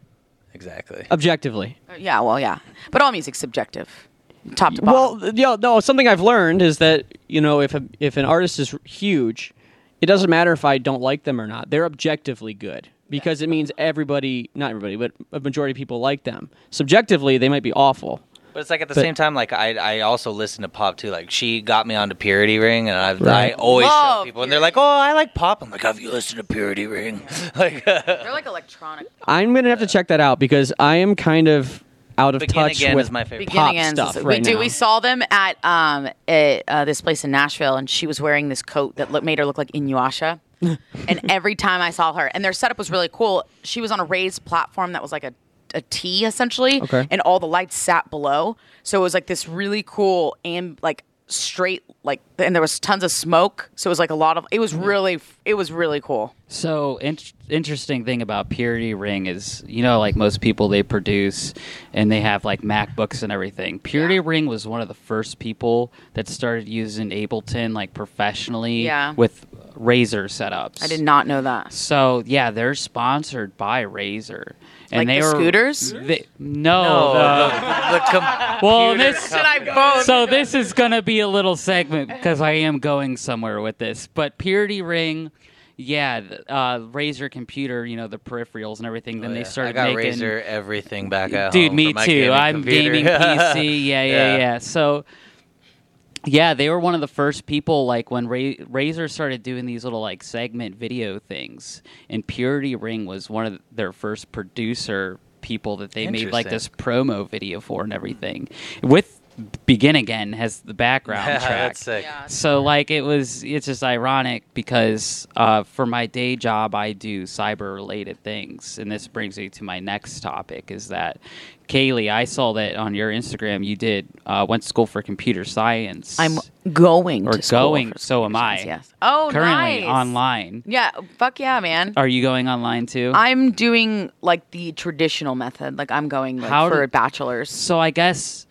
Speaker 5: exactly.
Speaker 2: Uh, objectively.
Speaker 4: Yeah, well, yeah, but all music's subjective, top to bottom.
Speaker 2: Well, th- yeah, no. Something I've learned is that you know if a, if an artist is huge, it doesn't matter if I don't like them or not. They're objectively good because it means everybody, not everybody, but a majority of people like them. Subjectively, they might be awful.
Speaker 5: But it's like at the
Speaker 2: But-
Speaker 5: same time, like I, I also listen to pop too. Like she got me onto Purity Ring, and I,
Speaker 2: Right.
Speaker 5: I always show
Speaker 4: Love
Speaker 5: people, and they're like, "Oh, I like pop." I'm like, "Have you listened to Purity Ring?" like
Speaker 4: They're like electronic.
Speaker 2: I'm gonna have to check that out because I am kind of out of
Speaker 5: Begin
Speaker 2: touch
Speaker 5: Again
Speaker 2: with
Speaker 5: is my favorite.
Speaker 2: pop
Speaker 4: Beginning ends.
Speaker 2: stuff
Speaker 4: we
Speaker 2: right
Speaker 4: do.
Speaker 2: now.
Speaker 4: We saw them at um at, uh, this place in Nashville, and she was wearing this coat that look, made her look like Inuyasha. and every time I saw her, and their setup was really cool. She was on a raised platform that was like a a T essentially,
Speaker 2: Okay.
Speaker 4: and all the lights sat below. So it was like this really cool and like straight like, and there was tons of smoke. So it was like a lot of. It
Speaker 2: Mm-hmm.
Speaker 4: was really it was really cool.
Speaker 3: So in- interesting thing about Purity Ring is, you know, like most people, they produce and they have like MacBooks and everything. Purity Ring was one of the first people that started using Ableton like professionally
Speaker 4: Yeah.
Speaker 3: with Razor setups.
Speaker 4: I did not know that.
Speaker 3: So yeah, they're sponsored by Razor, and
Speaker 4: Like
Speaker 3: they
Speaker 4: the
Speaker 3: were
Speaker 4: scooters?
Speaker 3: They, no, the-
Speaker 5: the com-
Speaker 3: well, this
Speaker 4: Did I both?
Speaker 3: so this is gonna be a little segment because I am going somewhere with this. But Purity Ring, yeah, th- uh, Razor computer, you know the peripherals and everything. Then they started
Speaker 5: Oh, I got
Speaker 3: making
Speaker 5: Razor everything back at
Speaker 3: dude
Speaker 5: home
Speaker 3: me
Speaker 5: for my
Speaker 3: too
Speaker 5: gaming
Speaker 3: i'm
Speaker 5: computer.
Speaker 3: gaming pc yeah, yeah yeah
Speaker 5: Yeah.
Speaker 3: so yeah they were one of the first people like when Ra- razor started doing these little like segment video things and purity ring was one of their first producer people that they made like this
Speaker 5: Interesting.
Speaker 3: promo video for and everything with begin again has the background
Speaker 5: Yeah,
Speaker 3: track
Speaker 5: that's sick.
Speaker 4: Yeah.
Speaker 3: so like it was it's just ironic because uh, for my day job i do cyber related things and this brings me to my next topic is that kaylee i saw that on your instagram you did uh, went to school for computer science
Speaker 4: I'm going
Speaker 3: or
Speaker 4: to school
Speaker 3: going
Speaker 4: for
Speaker 3: so am i
Speaker 4: science, Yes. Oh,
Speaker 3: currently
Speaker 4: nice.
Speaker 3: online
Speaker 4: Yeah, fuck yeah, man.
Speaker 3: are you going online too
Speaker 4: I'm doing like the traditional method. Like I'm going like,
Speaker 3: How
Speaker 4: for
Speaker 3: do-
Speaker 4: a bachelor's.
Speaker 3: so i guess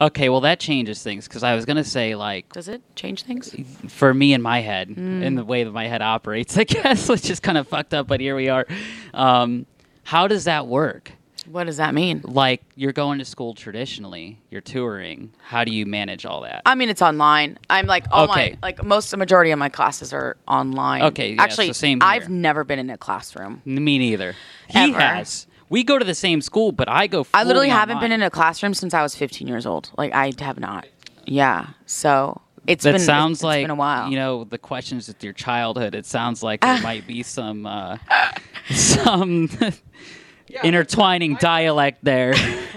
Speaker 3: okay well that changes things because i was gonna say like
Speaker 4: Does it change things?
Speaker 3: for me in my head
Speaker 4: Mm.
Speaker 3: in the way that my head operates i guess which is kind of fucked up but here we are um, how does that work
Speaker 4: What does that mean?
Speaker 3: like you're going to school traditionally you're touring how do you manage all that
Speaker 4: I mean, it's online. I'm like online.
Speaker 3: Okay.
Speaker 4: Like most, the majority of my classes are online.
Speaker 3: Okay, yeah,
Speaker 4: actually,
Speaker 3: so same
Speaker 4: I've
Speaker 3: here.
Speaker 4: never been in a classroom.
Speaker 3: me neither he
Speaker 4: Ever.
Speaker 3: has we go to the same school but i go
Speaker 4: I literally haven't been in a classroom since I was 15 years old. Like I have not. Yeah. So it's
Speaker 3: that
Speaker 4: been
Speaker 3: sounds
Speaker 4: it's
Speaker 3: like
Speaker 4: been a while.
Speaker 3: you know the questions with your childhood it sounds like there might be some uh, some intertwining dialect there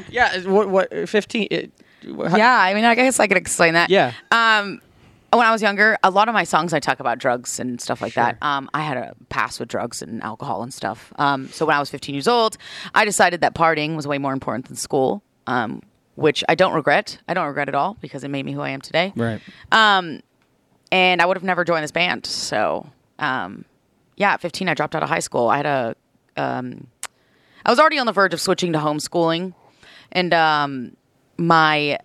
Speaker 2: Yeah, what what fifteen? It, how-
Speaker 4: Yeah. I mean, I guess I could explain that.
Speaker 2: yeah.
Speaker 4: Um, when I was younger, a lot of my songs I talk about drugs and stuff like that. Um, I had a past with drugs and alcohol and stuff. Um, so when I was 15 years old, I decided that partying was way more important than school, um, which I don't regret. I don't regret at all because it made me who I am today.
Speaker 2: right.
Speaker 4: And I would have never joined this band. So, um, yeah, at 15, I dropped out of high school. I had a, um, I was already on the verge of switching to homeschooling, and um, my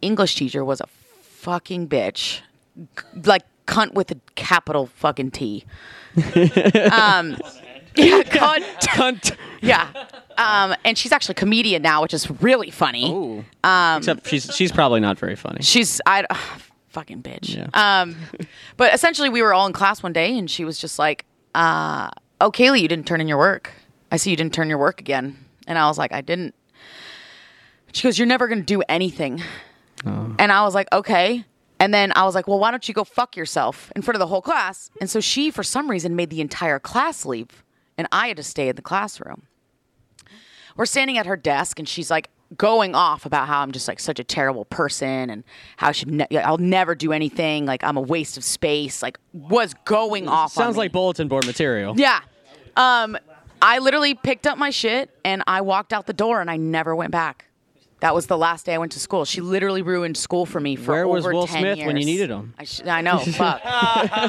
Speaker 4: English teacher was a fucking bitch, like cunt with a capital fucking T. um, yeah, cunt.
Speaker 2: Cunt.
Speaker 4: Yeah. Um, and she's actually a comedian now, which is really funny.
Speaker 2: Except she's she's probably not very funny.
Speaker 4: um, She's I ah, fucking bitch.
Speaker 2: Yeah.
Speaker 4: Um, but essentially, we were all in class one day, and she was just like, uh, "Oh, Kaylee, you didn't turn in your work. I see you didn't turn your work again." And I was like, "I didn't." She goes, "You're never gonna do anything,"
Speaker 2: Oh.
Speaker 4: and I was like, "Okay." And then I was like, "Well, why don't you go fuck yourself in front of the whole class?" And so she, for some reason, made the entire class leave, and I had to stay in the classroom we're standing at her desk and she's like going off about how I'm just like such a terrible person and how I should ne- I'll never do anything like I'm a waste of space like was going off on
Speaker 2: Sounds
Speaker 4: me.
Speaker 2: like bulletin board material.
Speaker 4: yeah um I literally picked up my shit and I walked out the door and I never went back that was the last day I went to school she literally ruined school for me for
Speaker 2: Where was
Speaker 4: over
Speaker 2: Will
Speaker 4: 10
Speaker 2: Smith when you
Speaker 4: years.
Speaker 2: needed him?
Speaker 4: I, sh- I know fuck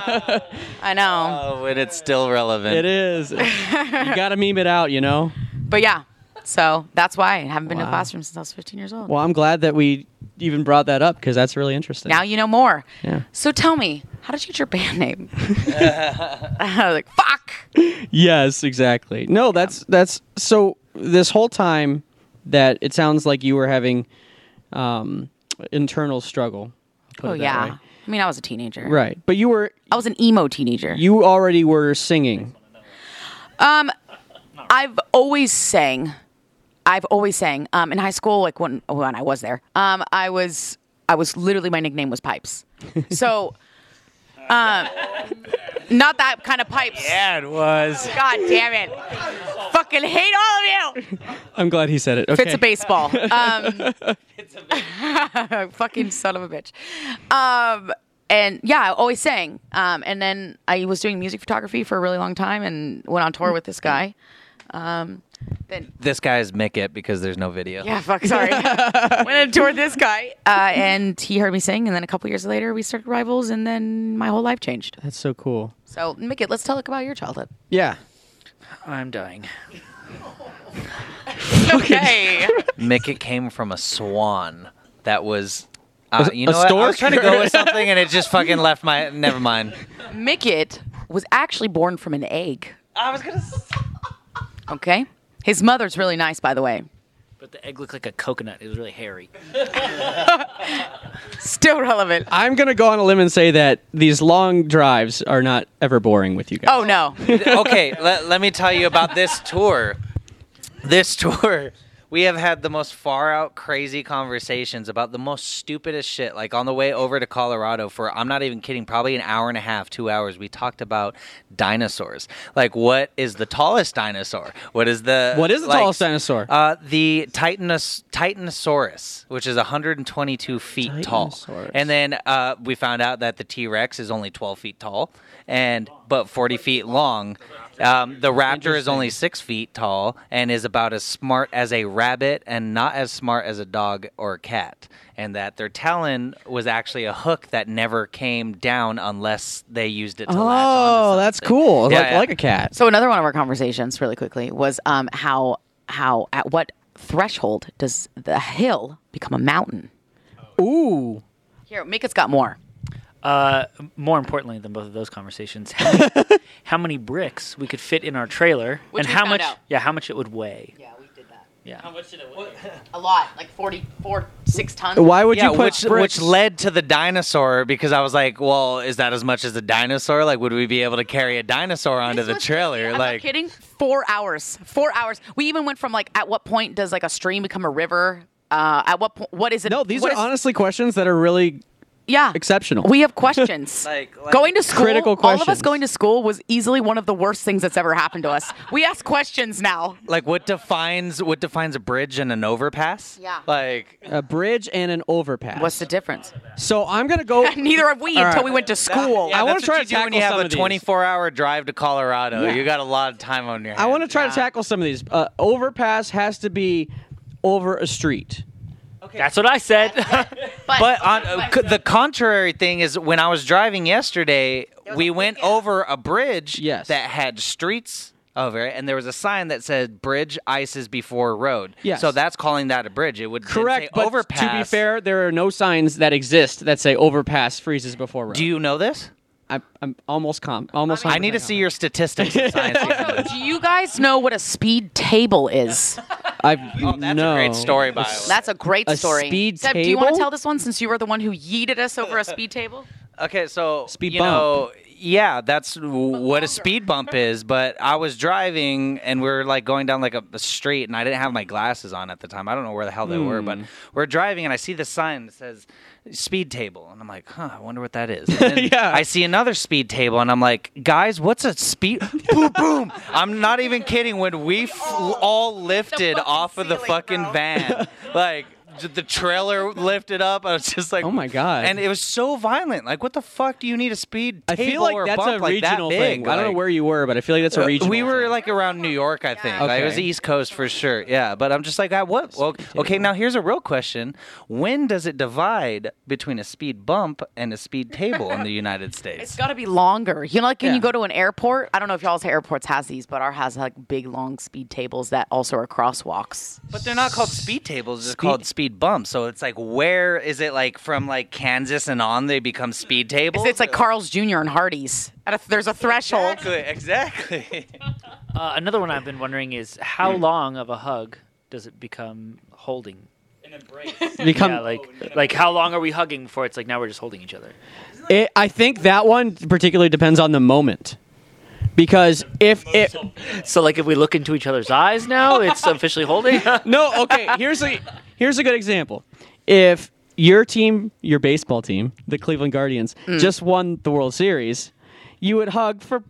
Speaker 4: I know
Speaker 5: Oh, and it's still relevant.
Speaker 2: It is. you gotta meme it out, you know.
Speaker 4: but yeah so that's why I haven't been in a classroom since I was 15 years old
Speaker 2: Well, I'm glad that we even brought that up because that's really interesting.
Speaker 4: Now you know more.
Speaker 2: Yeah.
Speaker 4: So tell me, how did you get your band name? I was like, fuck.
Speaker 2: Yes, exactly. No, that's that's so this whole time that it sounds like you were having um internal struggle. put
Speaker 4: Oh
Speaker 2: it that
Speaker 4: yeah.
Speaker 2: way.
Speaker 4: I mean, I was a teenager.
Speaker 2: Right. But you were
Speaker 4: I was an emo teenager.
Speaker 2: you already were singing.
Speaker 4: I've always sang. I've always sang. Um, in high school, like when when I was there, um, I was I was literally my nickname was Pipes. So, um, not that kind of Pipes.
Speaker 7: Yeah, it was.
Speaker 4: God damn it! Fucking hate all of you.
Speaker 2: I'm glad he said it. Okay.
Speaker 4: It's a baseball. Um, fucking son of a bitch. Um, and yeah, I always sang. Um, and then I was doing music photography for a really long time and went on tour with this guy. Um, then
Speaker 5: This guy's Mick it because there's no video.
Speaker 4: yeah, fuck, sorry. Went and toured this guy, uh, and he heard me sing. And then a couple years later, we started Rivals, and then my whole life changed.
Speaker 2: That's so cool.
Speaker 4: So, Mickett, let's talk about your childhood.
Speaker 2: Yeah.
Speaker 7: I'm dying.
Speaker 4: Okay.
Speaker 5: Mick it came from a swan that was. Uh, you
Speaker 2: a
Speaker 5: know what? I
Speaker 2: stork?
Speaker 5: was trying to go with something and it just fucking left my. Never mind.
Speaker 4: Mickett was actually born from an egg.
Speaker 5: I was gonna. s-
Speaker 4: Okay. His mother's really nice, by the way.
Speaker 7: But the egg looked like a coconut. It was really hairy.
Speaker 4: Still relevant.
Speaker 2: I'm gonna go on a limb and say that these long drives are not ever boring with you guys.
Speaker 4: Oh no.
Speaker 5: okay, let, let me tell you about this tour. This tour, we have had the most far out crazy conversations about the most stupidest shit. Like on the way over to Colorado for, I'm not even kidding, probably an hour and a half, two hours, we talked about dinosaurs. Like, what is the tallest dinosaur? What is the.
Speaker 2: What is the
Speaker 5: like,
Speaker 2: tallest dinosaur?
Speaker 5: Uh, the Titanos, Titanosaurus, which is 122 feet tall.
Speaker 2: Titanosaurus.
Speaker 5: And then uh, we found out that the T Rex is only 12 feet tall and but 40 feet long. Um, the raptor is only six feet tall and is about as smart as a rabbit and not as smart as a dog or a cat. And that their talon was actually a hook that never came down unless they used it to latch
Speaker 2: Oh,
Speaker 5: onto
Speaker 2: that's
Speaker 5: something.
Speaker 2: cool.
Speaker 5: Yeah,
Speaker 2: like,
Speaker 5: yeah.
Speaker 2: like a cat.
Speaker 4: So another one of our conversations, really quickly, was um, how how at what threshold does the hill become a mountain?
Speaker 2: Ooh.
Speaker 4: Here, Mika's got more.
Speaker 7: Uh, more importantly than both of those conversations, how many, how many bricks we could fit in our trailer,
Speaker 4: Which
Speaker 7: and
Speaker 4: we
Speaker 7: how
Speaker 4: found
Speaker 7: much?
Speaker 4: out.
Speaker 7: Yeah, how much it would weigh.
Speaker 4: Yeah, we did that.
Speaker 7: Yeah.
Speaker 4: A lot, like 44, six tons.
Speaker 2: Why would you
Speaker 5: yeah,
Speaker 2: put
Speaker 5: which
Speaker 2: bricks?
Speaker 5: which led to the dinosaur because I was like, well, is that as much as a dinosaur? Like, would we be able to carry a dinosaur onto
Speaker 4: This
Speaker 5: the
Speaker 4: was-
Speaker 5: trailer?
Speaker 4: I'm
Speaker 5: like,
Speaker 4: not kidding. Four hours. Four hours. We even went from like, at what point does like a stream become a river? Uh, at what point? What is it?
Speaker 2: no, these
Speaker 4: what
Speaker 2: are
Speaker 4: is-
Speaker 2: honestly questions that are really
Speaker 4: yeah
Speaker 2: exceptional.
Speaker 4: We have questions.
Speaker 5: Like- like-
Speaker 4: going to school,
Speaker 2: Critical
Speaker 4: All of us
Speaker 2: questions.
Speaker 4: going to school was easily one of the worst things that's ever happened to us. We ask questions now.
Speaker 5: like what defines what defines a bridge and an overpass?
Speaker 4: Yeah.
Speaker 5: Like,
Speaker 2: a bridge and an overpass.
Speaker 4: What's the difference?
Speaker 2: so I'm gonna go.
Speaker 4: Neither have we
Speaker 2: All
Speaker 4: until
Speaker 2: right.
Speaker 4: we went to school.
Speaker 5: yeah,
Speaker 2: I wanna
Speaker 5: that's
Speaker 2: try
Speaker 5: what
Speaker 2: to
Speaker 5: you do when
Speaker 2: tackle
Speaker 5: you have
Speaker 2: some
Speaker 5: a
Speaker 2: of these.
Speaker 5: 24 hour drive to Colorado. You got a lot of time on your.
Speaker 2: I want to
Speaker 5: hands.
Speaker 2: try to tackle some of these. Uh, overpass has to be over a street.
Speaker 7: That's what I said.
Speaker 5: But on uh, c- the contrary thing is, when I was driving yesterday, we went over a bridge
Speaker 2: Yes.
Speaker 5: that had streets over it, and there was a sign that said "Bridge ices before road."
Speaker 2: Yes.
Speaker 5: So that's calling that a bridge. It would didn't
Speaker 2: Correct,
Speaker 5: say
Speaker 2: but
Speaker 5: overpass.
Speaker 2: to be fair, there are no signs that exist that say overpass freezes before road.
Speaker 5: do you know this?
Speaker 2: I, I'm almost calm. Almost.
Speaker 5: I need to see your statistics. in science.
Speaker 4: Also, do you guys know what a speed table is?
Speaker 2: I
Speaker 5: Oh, that's
Speaker 2: no.
Speaker 5: a great story, by the way.
Speaker 4: That's a great
Speaker 2: A
Speaker 4: story.
Speaker 2: speed
Speaker 4: Seb, do you want to
Speaker 2: table?
Speaker 4: tell this one since you were the one who yeeted us over a speed table?
Speaker 5: Okay, so
Speaker 2: Speed
Speaker 5: you
Speaker 2: bump.
Speaker 5: know, yeah, that's w- what a speed bump is. But I was driving and we are like going down like a, a street, and I didn't have my glasses on at the time. I don't know where the hell they were,
Speaker 2: Hmm.
Speaker 5: but we're driving and I see the sign that says speed table, and I'm like, huh, I wonder what that is. And then
Speaker 2: Yeah.
Speaker 5: I see another speed table, and I'm like, guys, what's a speed? boom, boom. I'm not even kidding. When we f- all lifted
Speaker 4: oh, fucking
Speaker 5: off of the
Speaker 4: ceiling,
Speaker 5: fucking
Speaker 4: bro.
Speaker 5: van, like. j- The trailer lifted up. I was just like,
Speaker 2: Oh my God.
Speaker 5: And it was so violent. Like, what the fuck do you need a speed
Speaker 2: I
Speaker 5: table
Speaker 2: feel like
Speaker 5: or
Speaker 2: that's
Speaker 5: bump
Speaker 2: a
Speaker 5: like that
Speaker 2: regional
Speaker 5: big?
Speaker 2: thing. I don't know
Speaker 5: Like, Uh,
Speaker 2: where you were, but I feel like that's a regional.
Speaker 5: we were
Speaker 2: thing.
Speaker 5: like around New York, I think. Like, it was
Speaker 2: Okay.
Speaker 5: East Coast for sure. Yeah, but I'm just like, I what? Well, okay, now here's a real question: When does it divide between a speed bump and a speed table in the United
Speaker 4: It's
Speaker 5: States?
Speaker 4: got to be longer. You know, like when
Speaker 5: Yeah.
Speaker 4: you go to an airport. I don't know if y'all's airports has these, but our has like big long speed tables that also are crosswalks.
Speaker 5: But they're not called speed tables; they're called speed bumps. So it's like, where is it? Like from like Kansas and on, they become speed tables.
Speaker 4: It's, it's like Carl's Jr. and Hardee's. At a, there's a threshold.
Speaker 5: exactly, exactly.
Speaker 7: Uh, another one I've been wondering is how
Speaker 2: Hmm.
Speaker 7: long of a hug does it become holding?
Speaker 2: become. Um,
Speaker 7: yeah, like like how long are we hugging before it's like now we're just holding each other?
Speaker 2: it, I think that one particularly depends on the moment, because if it
Speaker 7: So like if we look into each other's eyes now, it's officially holding.
Speaker 2: no okay here's a here's a good example if your team your baseball team the cleveland guardians just won the world series you would hug for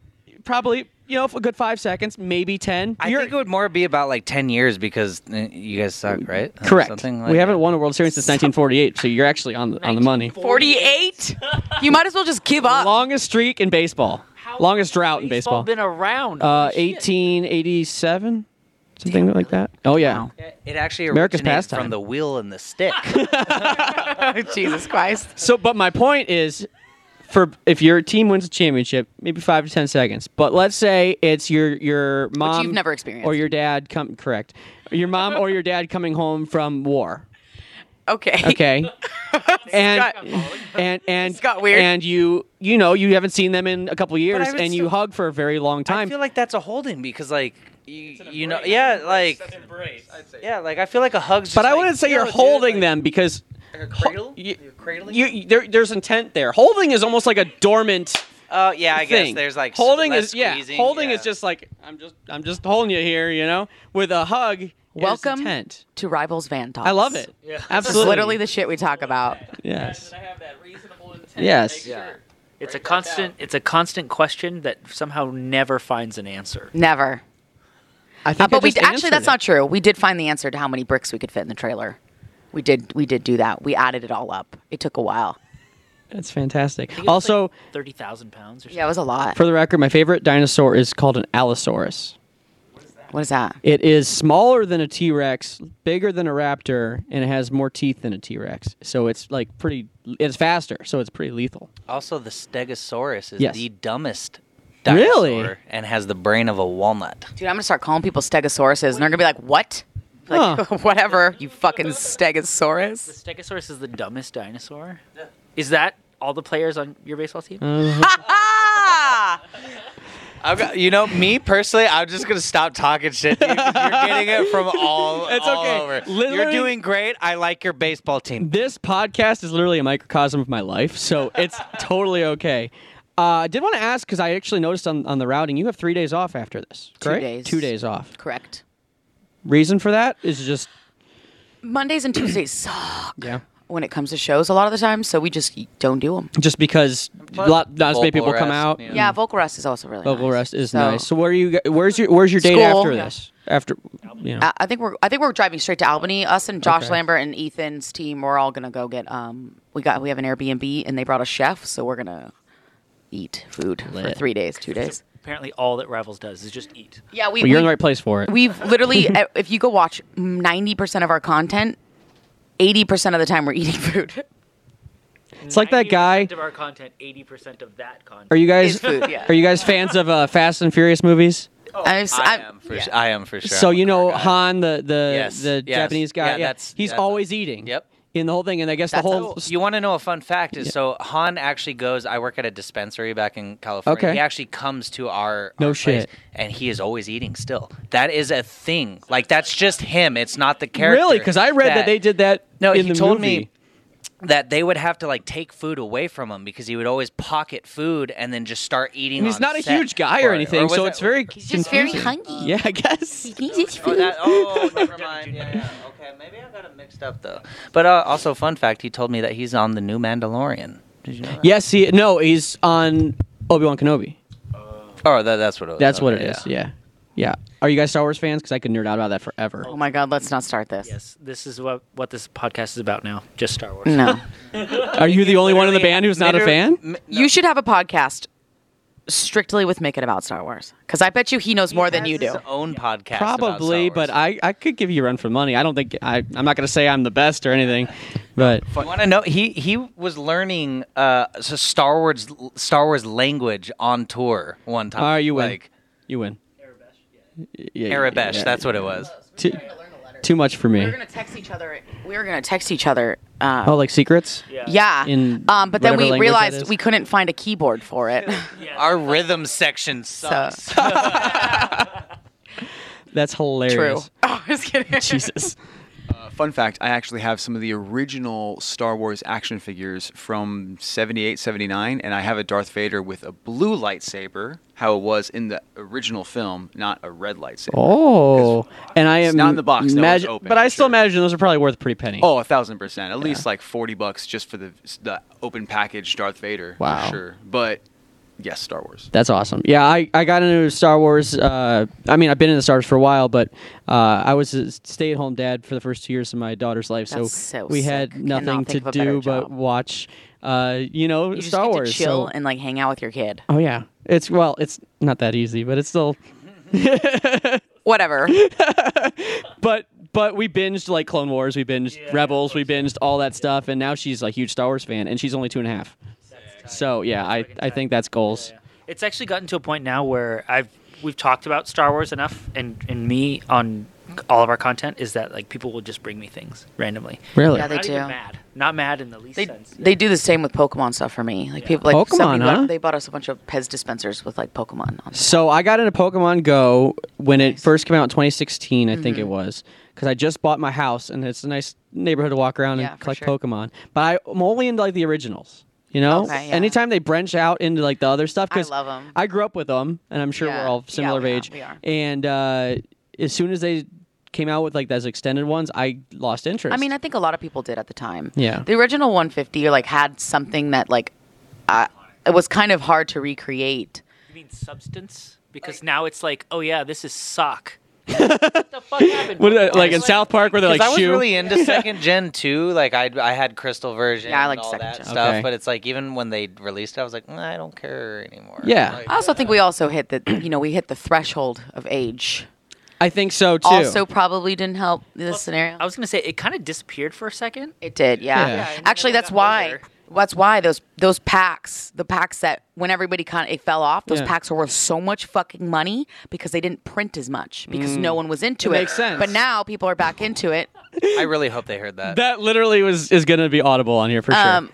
Speaker 2: probably you know, for a good five seconds, maybe ten.
Speaker 5: I
Speaker 2: You're-
Speaker 5: think it would more be about like ten years because eh, you guys suck, right? Or
Speaker 2: correct.
Speaker 5: Something like
Speaker 2: we haven't won a World Series since 1948, so you're actually on the, on the money.
Speaker 4: 48? you might as well just give up.
Speaker 2: Longest streak in baseball. Longest drought in baseball.
Speaker 7: Been around.
Speaker 2: Uh,
Speaker 7: Holy shit.
Speaker 2: 1887, something like that. Oh yeah.
Speaker 5: that. It actually
Speaker 2: America's
Speaker 5: originates
Speaker 2: pastime.
Speaker 5: from the wheel and the stick.
Speaker 4: Jesus Christ.
Speaker 2: So, but my point is, for if your team wins a championship, maybe five to ten seconds. But let's say it's your your mom,
Speaker 4: you've never experienced.
Speaker 2: or your dad come correct, your mom or your dad coming home from war.
Speaker 4: Okay.
Speaker 2: Okay, and and and
Speaker 4: This got weird.
Speaker 2: And you you know you haven't seen them in a couple years,
Speaker 5: I
Speaker 2: and
Speaker 5: was
Speaker 2: you
Speaker 5: so-
Speaker 2: hug for a very long
Speaker 5: I
Speaker 2: time.
Speaker 5: feel like that's a holding because like you, you know yeah like yeah like I feel like a hug's.
Speaker 2: but I wouldn't say you're holding them because
Speaker 5: Cradle?
Speaker 2: you-
Speaker 5: You're cradling?
Speaker 2: you, you- there, there's intent there. Holding is almost like a dormant.
Speaker 5: Oh yeah, I
Speaker 2: thing.
Speaker 5: guess there's like
Speaker 2: holding
Speaker 5: less
Speaker 2: is yeah,
Speaker 5: squeezing,
Speaker 2: holding
Speaker 5: yeah.
Speaker 2: is just like I'm just I'm just holding you here, you know, with a hug. is
Speaker 4: Welcome
Speaker 2: intent.
Speaker 4: to Rivals Van Talks.
Speaker 2: I love it.
Speaker 4: This is
Speaker 2: absolutely.
Speaker 4: literally the shit we talk about.
Speaker 2: yes.
Speaker 3: have that reasonable intent.
Speaker 2: Yes.
Speaker 7: It's a constant. It's a constant question that somehow never finds an answer.
Speaker 4: Never.
Speaker 2: I
Speaker 4: Uh,
Speaker 2: think. I
Speaker 4: but we
Speaker 2: just
Speaker 4: actually
Speaker 2: answered
Speaker 4: that's
Speaker 2: it.
Speaker 4: not true. We did find the answer to how many bricks we could fit in the trailer. We did we did do that. We added it all up. It took a while.
Speaker 2: That's fantastic. Also,
Speaker 7: thirty thousand pounds or something.
Speaker 4: Yeah, it was a lot.
Speaker 2: for the record, my favorite dinosaur is called an Allosaurus.
Speaker 4: what is that?
Speaker 2: It is smaller than a T Rex, bigger than a raptor, and it has more teeth than a T Rex. So it's like pretty. It's faster, so it's pretty lethal.
Speaker 5: Also, the Stegosaurus is
Speaker 2: Yes.
Speaker 5: the dumbest dinosaur
Speaker 2: Really?
Speaker 5: and has the brain of a walnut.
Speaker 4: Dude, I'm gonna start calling people stegosauruses, and they're gonna be like, "What? Like, whatever, you fucking stegosaurus."
Speaker 7: Stegosaurus is the dumbest dinosaur. Is that all the players on your baseball team?
Speaker 2: Mm.
Speaker 4: Ah!
Speaker 5: I've got, you know, me personally, I'm just gonna stop talking shit. Dude, 'cause You're getting it from all.
Speaker 2: It's
Speaker 5: all
Speaker 2: okay.
Speaker 5: Over. You're
Speaker 2: Literally-
Speaker 5: doing great. I like your baseball team.
Speaker 2: this podcast is literally a microcosm of my life, so it's totally okay. Uh, I did want to ask because I actually noticed on, on the routing you have three days off after this.
Speaker 4: Two
Speaker 2: correct?
Speaker 4: days.
Speaker 2: Two days off.
Speaker 4: Correct.
Speaker 2: Reason for that is just
Speaker 4: Mondays and Tuesdays suck
Speaker 2: yeah,
Speaker 4: when it comes to shows a lot of the time, so we just don't do them.
Speaker 2: just because
Speaker 5: Plus,
Speaker 2: lot, not as many people
Speaker 5: vocal
Speaker 2: come
Speaker 5: rest,
Speaker 2: out.
Speaker 5: yeah.
Speaker 4: Yeah, vocal rest is also really
Speaker 2: Vocal
Speaker 4: nice.
Speaker 2: rest is
Speaker 4: So-
Speaker 2: nice. So where are you? g- Where's your Where's your date
Speaker 4: School.
Speaker 2: after
Speaker 4: Yeah. Uh,
Speaker 2: this? After you know,
Speaker 4: I I think we're I think we're driving straight to Albany. Us and Josh
Speaker 2: Okay.
Speaker 4: Lambert and Ethan's team. We're all gonna go get um. We got we have an Airbnb and they brought a chef, so we're gonna eat food for
Speaker 2: Lit.
Speaker 4: three days, two days.
Speaker 7: Apparently, all that Rivals does is just eat.
Speaker 4: Yeah, we.
Speaker 2: well, you're in
Speaker 4: we-
Speaker 2: the right place for it.
Speaker 4: We've literally, eh, if you go watch 90% of our content, 80% of the time we're eating food.
Speaker 2: it's like that guy.
Speaker 7: Of our content, eighty percent of that content.
Speaker 2: Are you guys
Speaker 4: Is food, yeah.
Speaker 2: Are you guys fans of uh, Fast and Furious movies?
Speaker 4: I've s- Oh,
Speaker 5: I
Speaker 4: I'm-
Speaker 5: am for sure. I am for sure.
Speaker 2: So
Speaker 5: I'm a
Speaker 2: you know
Speaker 5: car guy.
Speaker 2: Han, the the
Speaker 5: Yes,
Speaker 2: the
Speaker 5: yes.
Speaker 2: Japanese guy.
Speaker 5: Yeah, that's-
Speaker 2: he's
Speaker 5: that's-
Speaker 2: always eating.
Speaker 5: Yep.
Speaker 2: In the whole thing, and I guess
Speaker 4: That's
Speaker 2: the whole.
Speaker 5: You want to know a fun fact? Is so Han actually goes. I work at a dispensary back in California.
Speaker 2: Okay.
Speaker 5: He actually comes to our
Speaker 2: No
Speaker 5: our place,
Speaker 2: shit.
Speaker 5: and he is always eating. Still, that is a thing. Like that's just him. It's not the character.
Speaker 2: really? Because I read that, they did that.
Speaker 5: No,
Speaker 2: in
Speaker 5: he
Speaker 2: the
Speaker 5: told
Speaker 2: movie.
Speaker 5: me that they would have to like take food away from him because he would always pocket food and then just start eating.
Speaker 2: And he's
Speaker 5: on
Speaker 2: not a
Speaker 5: set
Speaker 2: huge guy
Speaker 5: for
Speaker 2: or
Speaker 5: it.
Speaker 2: anything,
Speaker 5: was
Speaker 2: so
Speaker 5: that-
Speaker 2: it's very.
Speaker 4: he's just very
Speaker 2: confusing.
Speaker 4: hungry.
Speaker 2: Yeah, I guess.
Speaker 4: He needs his
Speaker 5: Oh,
Speaker 4: food.
Speaker 5: that, oh never mind. Yeah, yeah. Okay, maybe I got it mixed up though. But uh, also, fun fact: he told me that he's on the new Mandalorian. Did you know? That?
Speaker 2: Yes, he. No, he's on Obi Wan Kenobi.
Speaker 5: Oh, that, that's what it was.
Speaker 2: That's what it
Speaker 5: Okay,
Speaker 2: is. Yeah. yeah, Are you guys Star Wars fans? Because I could nerd out about that forever.
Speaker 4: oh my God, let's not start this.
Speaker 7: Yes, this is what what this podcast is about now. Just Star Wars.
Speaker 4: No.
Speaker 2: Are you the only one in the
Speaker 5: Literally-
Speaker 2: band who's not a fan?
Speaker 5: literally- m-
Speaker 4: You should have a podcast strictly with Make It About Star Wars because I bet you he knows more than
Speaker 5: has
Speaker 4: you do.
Speaker 5: his Own podcast, about
Speaker 2: Probably,
Speaker 5: Star Wars.
Speaker 2: but I, I could give you a run for money. I don't think I I'm not going to say I'm the best or anything, but
Speaker 5: You want to know? He he was learning uh so Star Wars Star Wars language on tour one time.
Speaker 2: all right, you win.
Speaker 5: Like
Speaker 2: you win. Yeah, yeah, yeah,
Speaker 5: Arabesh,
Speaker 2: yeah.
Speaker 5: that's what it was.
Speaker 2: Too, too much for me.
Speaker 4: We were gonna text each other. We were gonna text each other. Uh,
Speaker 2: Eh. Oh, like secrets?
Speaker 4: yeah.
Speaker 2: in
Speaker 4: um, but then
Speaker 2: whatever language
Speaker 4: we
Speaker 2: that
Speaker 4: realized
Speaker 2: is.
Speaker 4: we couldn't find a keyboard for it.
Speaker 5: Our rhythm section
Speaker 4: so
Speaker 5: sucks.
Speaker 2: That's
Speaker 4: true.
Speaker 2: hilarious.
Speaker 4: Oh, I was kidding.
Speaker 2: Jesus.
Speaker 6: Fun fact, I actually have some of the original Star Wars action figures from 78, 79, and I have a Darth Vader with a blue lightsaber, how it was in the original film, not a red lightsaber.
Speaker 2: Oh, and I am
Speaker 6: It's not in the box, though.
Speaker 2: imagine-
Speaker 6: It's open,
Speaker 2: but I
Speaker 6: for
Speaker 2: still
Speaker 6: sure.
Speaker 2: imagine those are probably worth a pretty penny.
Speaker 6: Oh, a thousand percent. At least like 40 bucks just for the, the open package Darth Vader.
Speaker 2: Wow.
Speaker 6: For sure. But Yes, Star Wars.
Speaker 2: That's awesome. Yeah, I, I got into Star Wars. Uh, I mean, I've been into Star Wars for a while, but uh, I was a stay at home dad for the first two years of my daughter's life.
Speaker 4: That's so
Speaker 2: we had
Speaker 4: sick. Cannot
Speaker 2: nothing to
Speaker 4: think of a better
Speaker 2: do but
Speaker 4: job.
Speaker 2: watch, uh, you know,
Speaker 4: You just
Speaker 2: Star
Speaker 4: get
Speaker 2: Wars.
Speaker 4: to chill
Speaker 2: so-
Speaker 4: and like hang out with your kid.
Speaker 2: oh, yeah. It's, well, it's not that easy, but it's still.
Speaker 4: Whatever.
Speaker 2: But. But we binged like Clone Wars, we binged Rebels, we binged all that stuff, and now she's a huge Star Wars fan, and she's only two and a half. So yeah, I, I think that's goals.
Speaker 7: It's actually gotten to a point now where I've we've talked about Star Wars enough, and and me on all of our content is that like people will just bring me things randomly.
Speaker 2: Really?
Speaker 4: Yeah, they
Speaker 7: not even
Speaker 4: do.
Speaker 7: mad. Not mad in the least
Speaker 4: They,
Speaker 7: sense.
Speaker 4: they do the same with Pokemon stuff for me. Like people like
Speaker 2: Pokemon,
Speaker 4: some people,
Speaker 2: huh?
Speaker 4: they bought us a bunch of Pez dispensers with like Pokemon on. it.
Speaker 2: So I got into Pokemon Go when it first came out in 2016, I
Speaker 4: Mm-hmm.
Speaker 2: think it was, because I just bought my house and it's a nice neighborhood to walk around
Speaker 4: Yeah,
Speaker 2: and
Speaker 4: for
Speaker 2: collect
Speaker 4: sure.
Speaker 2: Pokemon. But I, I'm only into like the originals. You know,
Speaker 4: Okay, yeah.
Speaker 2: anytime they branch out into like the other stuff,
Speaker 4: I
Speaker 2: 'cause
Speaker 4: love 'em.
Speaker 2: I grew up with them, and I'm sure
Speaker 4: Yeah.
Speaker 2: we're all
Speaker 4: Yeah,
Speaker 2: similar
Speaker 4: we are,
Speaker 2: of age.
Speaker 4: we are.
Speaker 2: And uh, as soon as they came out with like those extended ones, I lost interest.
Speaker 4: I mean, I think a lot of people did at the time.
Speaker 2: Yeah.
Speaker 4: The original 150 like had something that like uh, it was kind of hard to recreate.
Speaker 7: You mean substance? Because now it's like, oh yeah, this is sock. what the fuck happened?
Speaker 2: What, uh, like in South Park where they're
Speaker 5: 'Cause
Speaker 2: like,
Speaker 5: I was
Speaker 2: shoe.
Speaker 5: really into second gen too. Like I, I had crystal version.
Speaker 4: Yeah, I
Speaker 5: and
Speaker 4: liked
Speaker 5: all
Speaker 4: second
Speaker 5: that
Speaker 4: gen.
Speaker 5: stuff.
Speaker 2: Okay.
Speaker 5: But it's like even when they released it, I was like, "Mm, I don't care anymore.
Speaker 2: Yeah.
Speaker 5: Like,
Speaker 4: I also think we also hit the you know we hit the threshold of age.
Speaker 2: I think so too.
Speaker 4: Also, probably didn't help this scenario.
Speaker 7: I was gonna say it kind of disappeared for a second.
Speaker 4: It did, yeah.
Speaker 2: Yeah, and
Speaker 4: Actually,
Speaker 7: then I
Speaker 4: that's
Speaker 7: got
Speaker 4: why.
Speaker 7: older.
Speaker 4: That's why those those packs, the packs that when everybody kind of it fell off, those
Speaker 2: Yeah.
Speaker 4: packs were worth so much fucking money because they didn't print as much because no one was into
Speaker 2: Mm. It
Speaker 4: it.
Speaker 2: makes sense.
Speaker 4: But now people are back into it.
Speaker 5: I really hope they heard that.
Speaker 2: that literally was is going to be audible on here for sure.
Speaker 4: Um,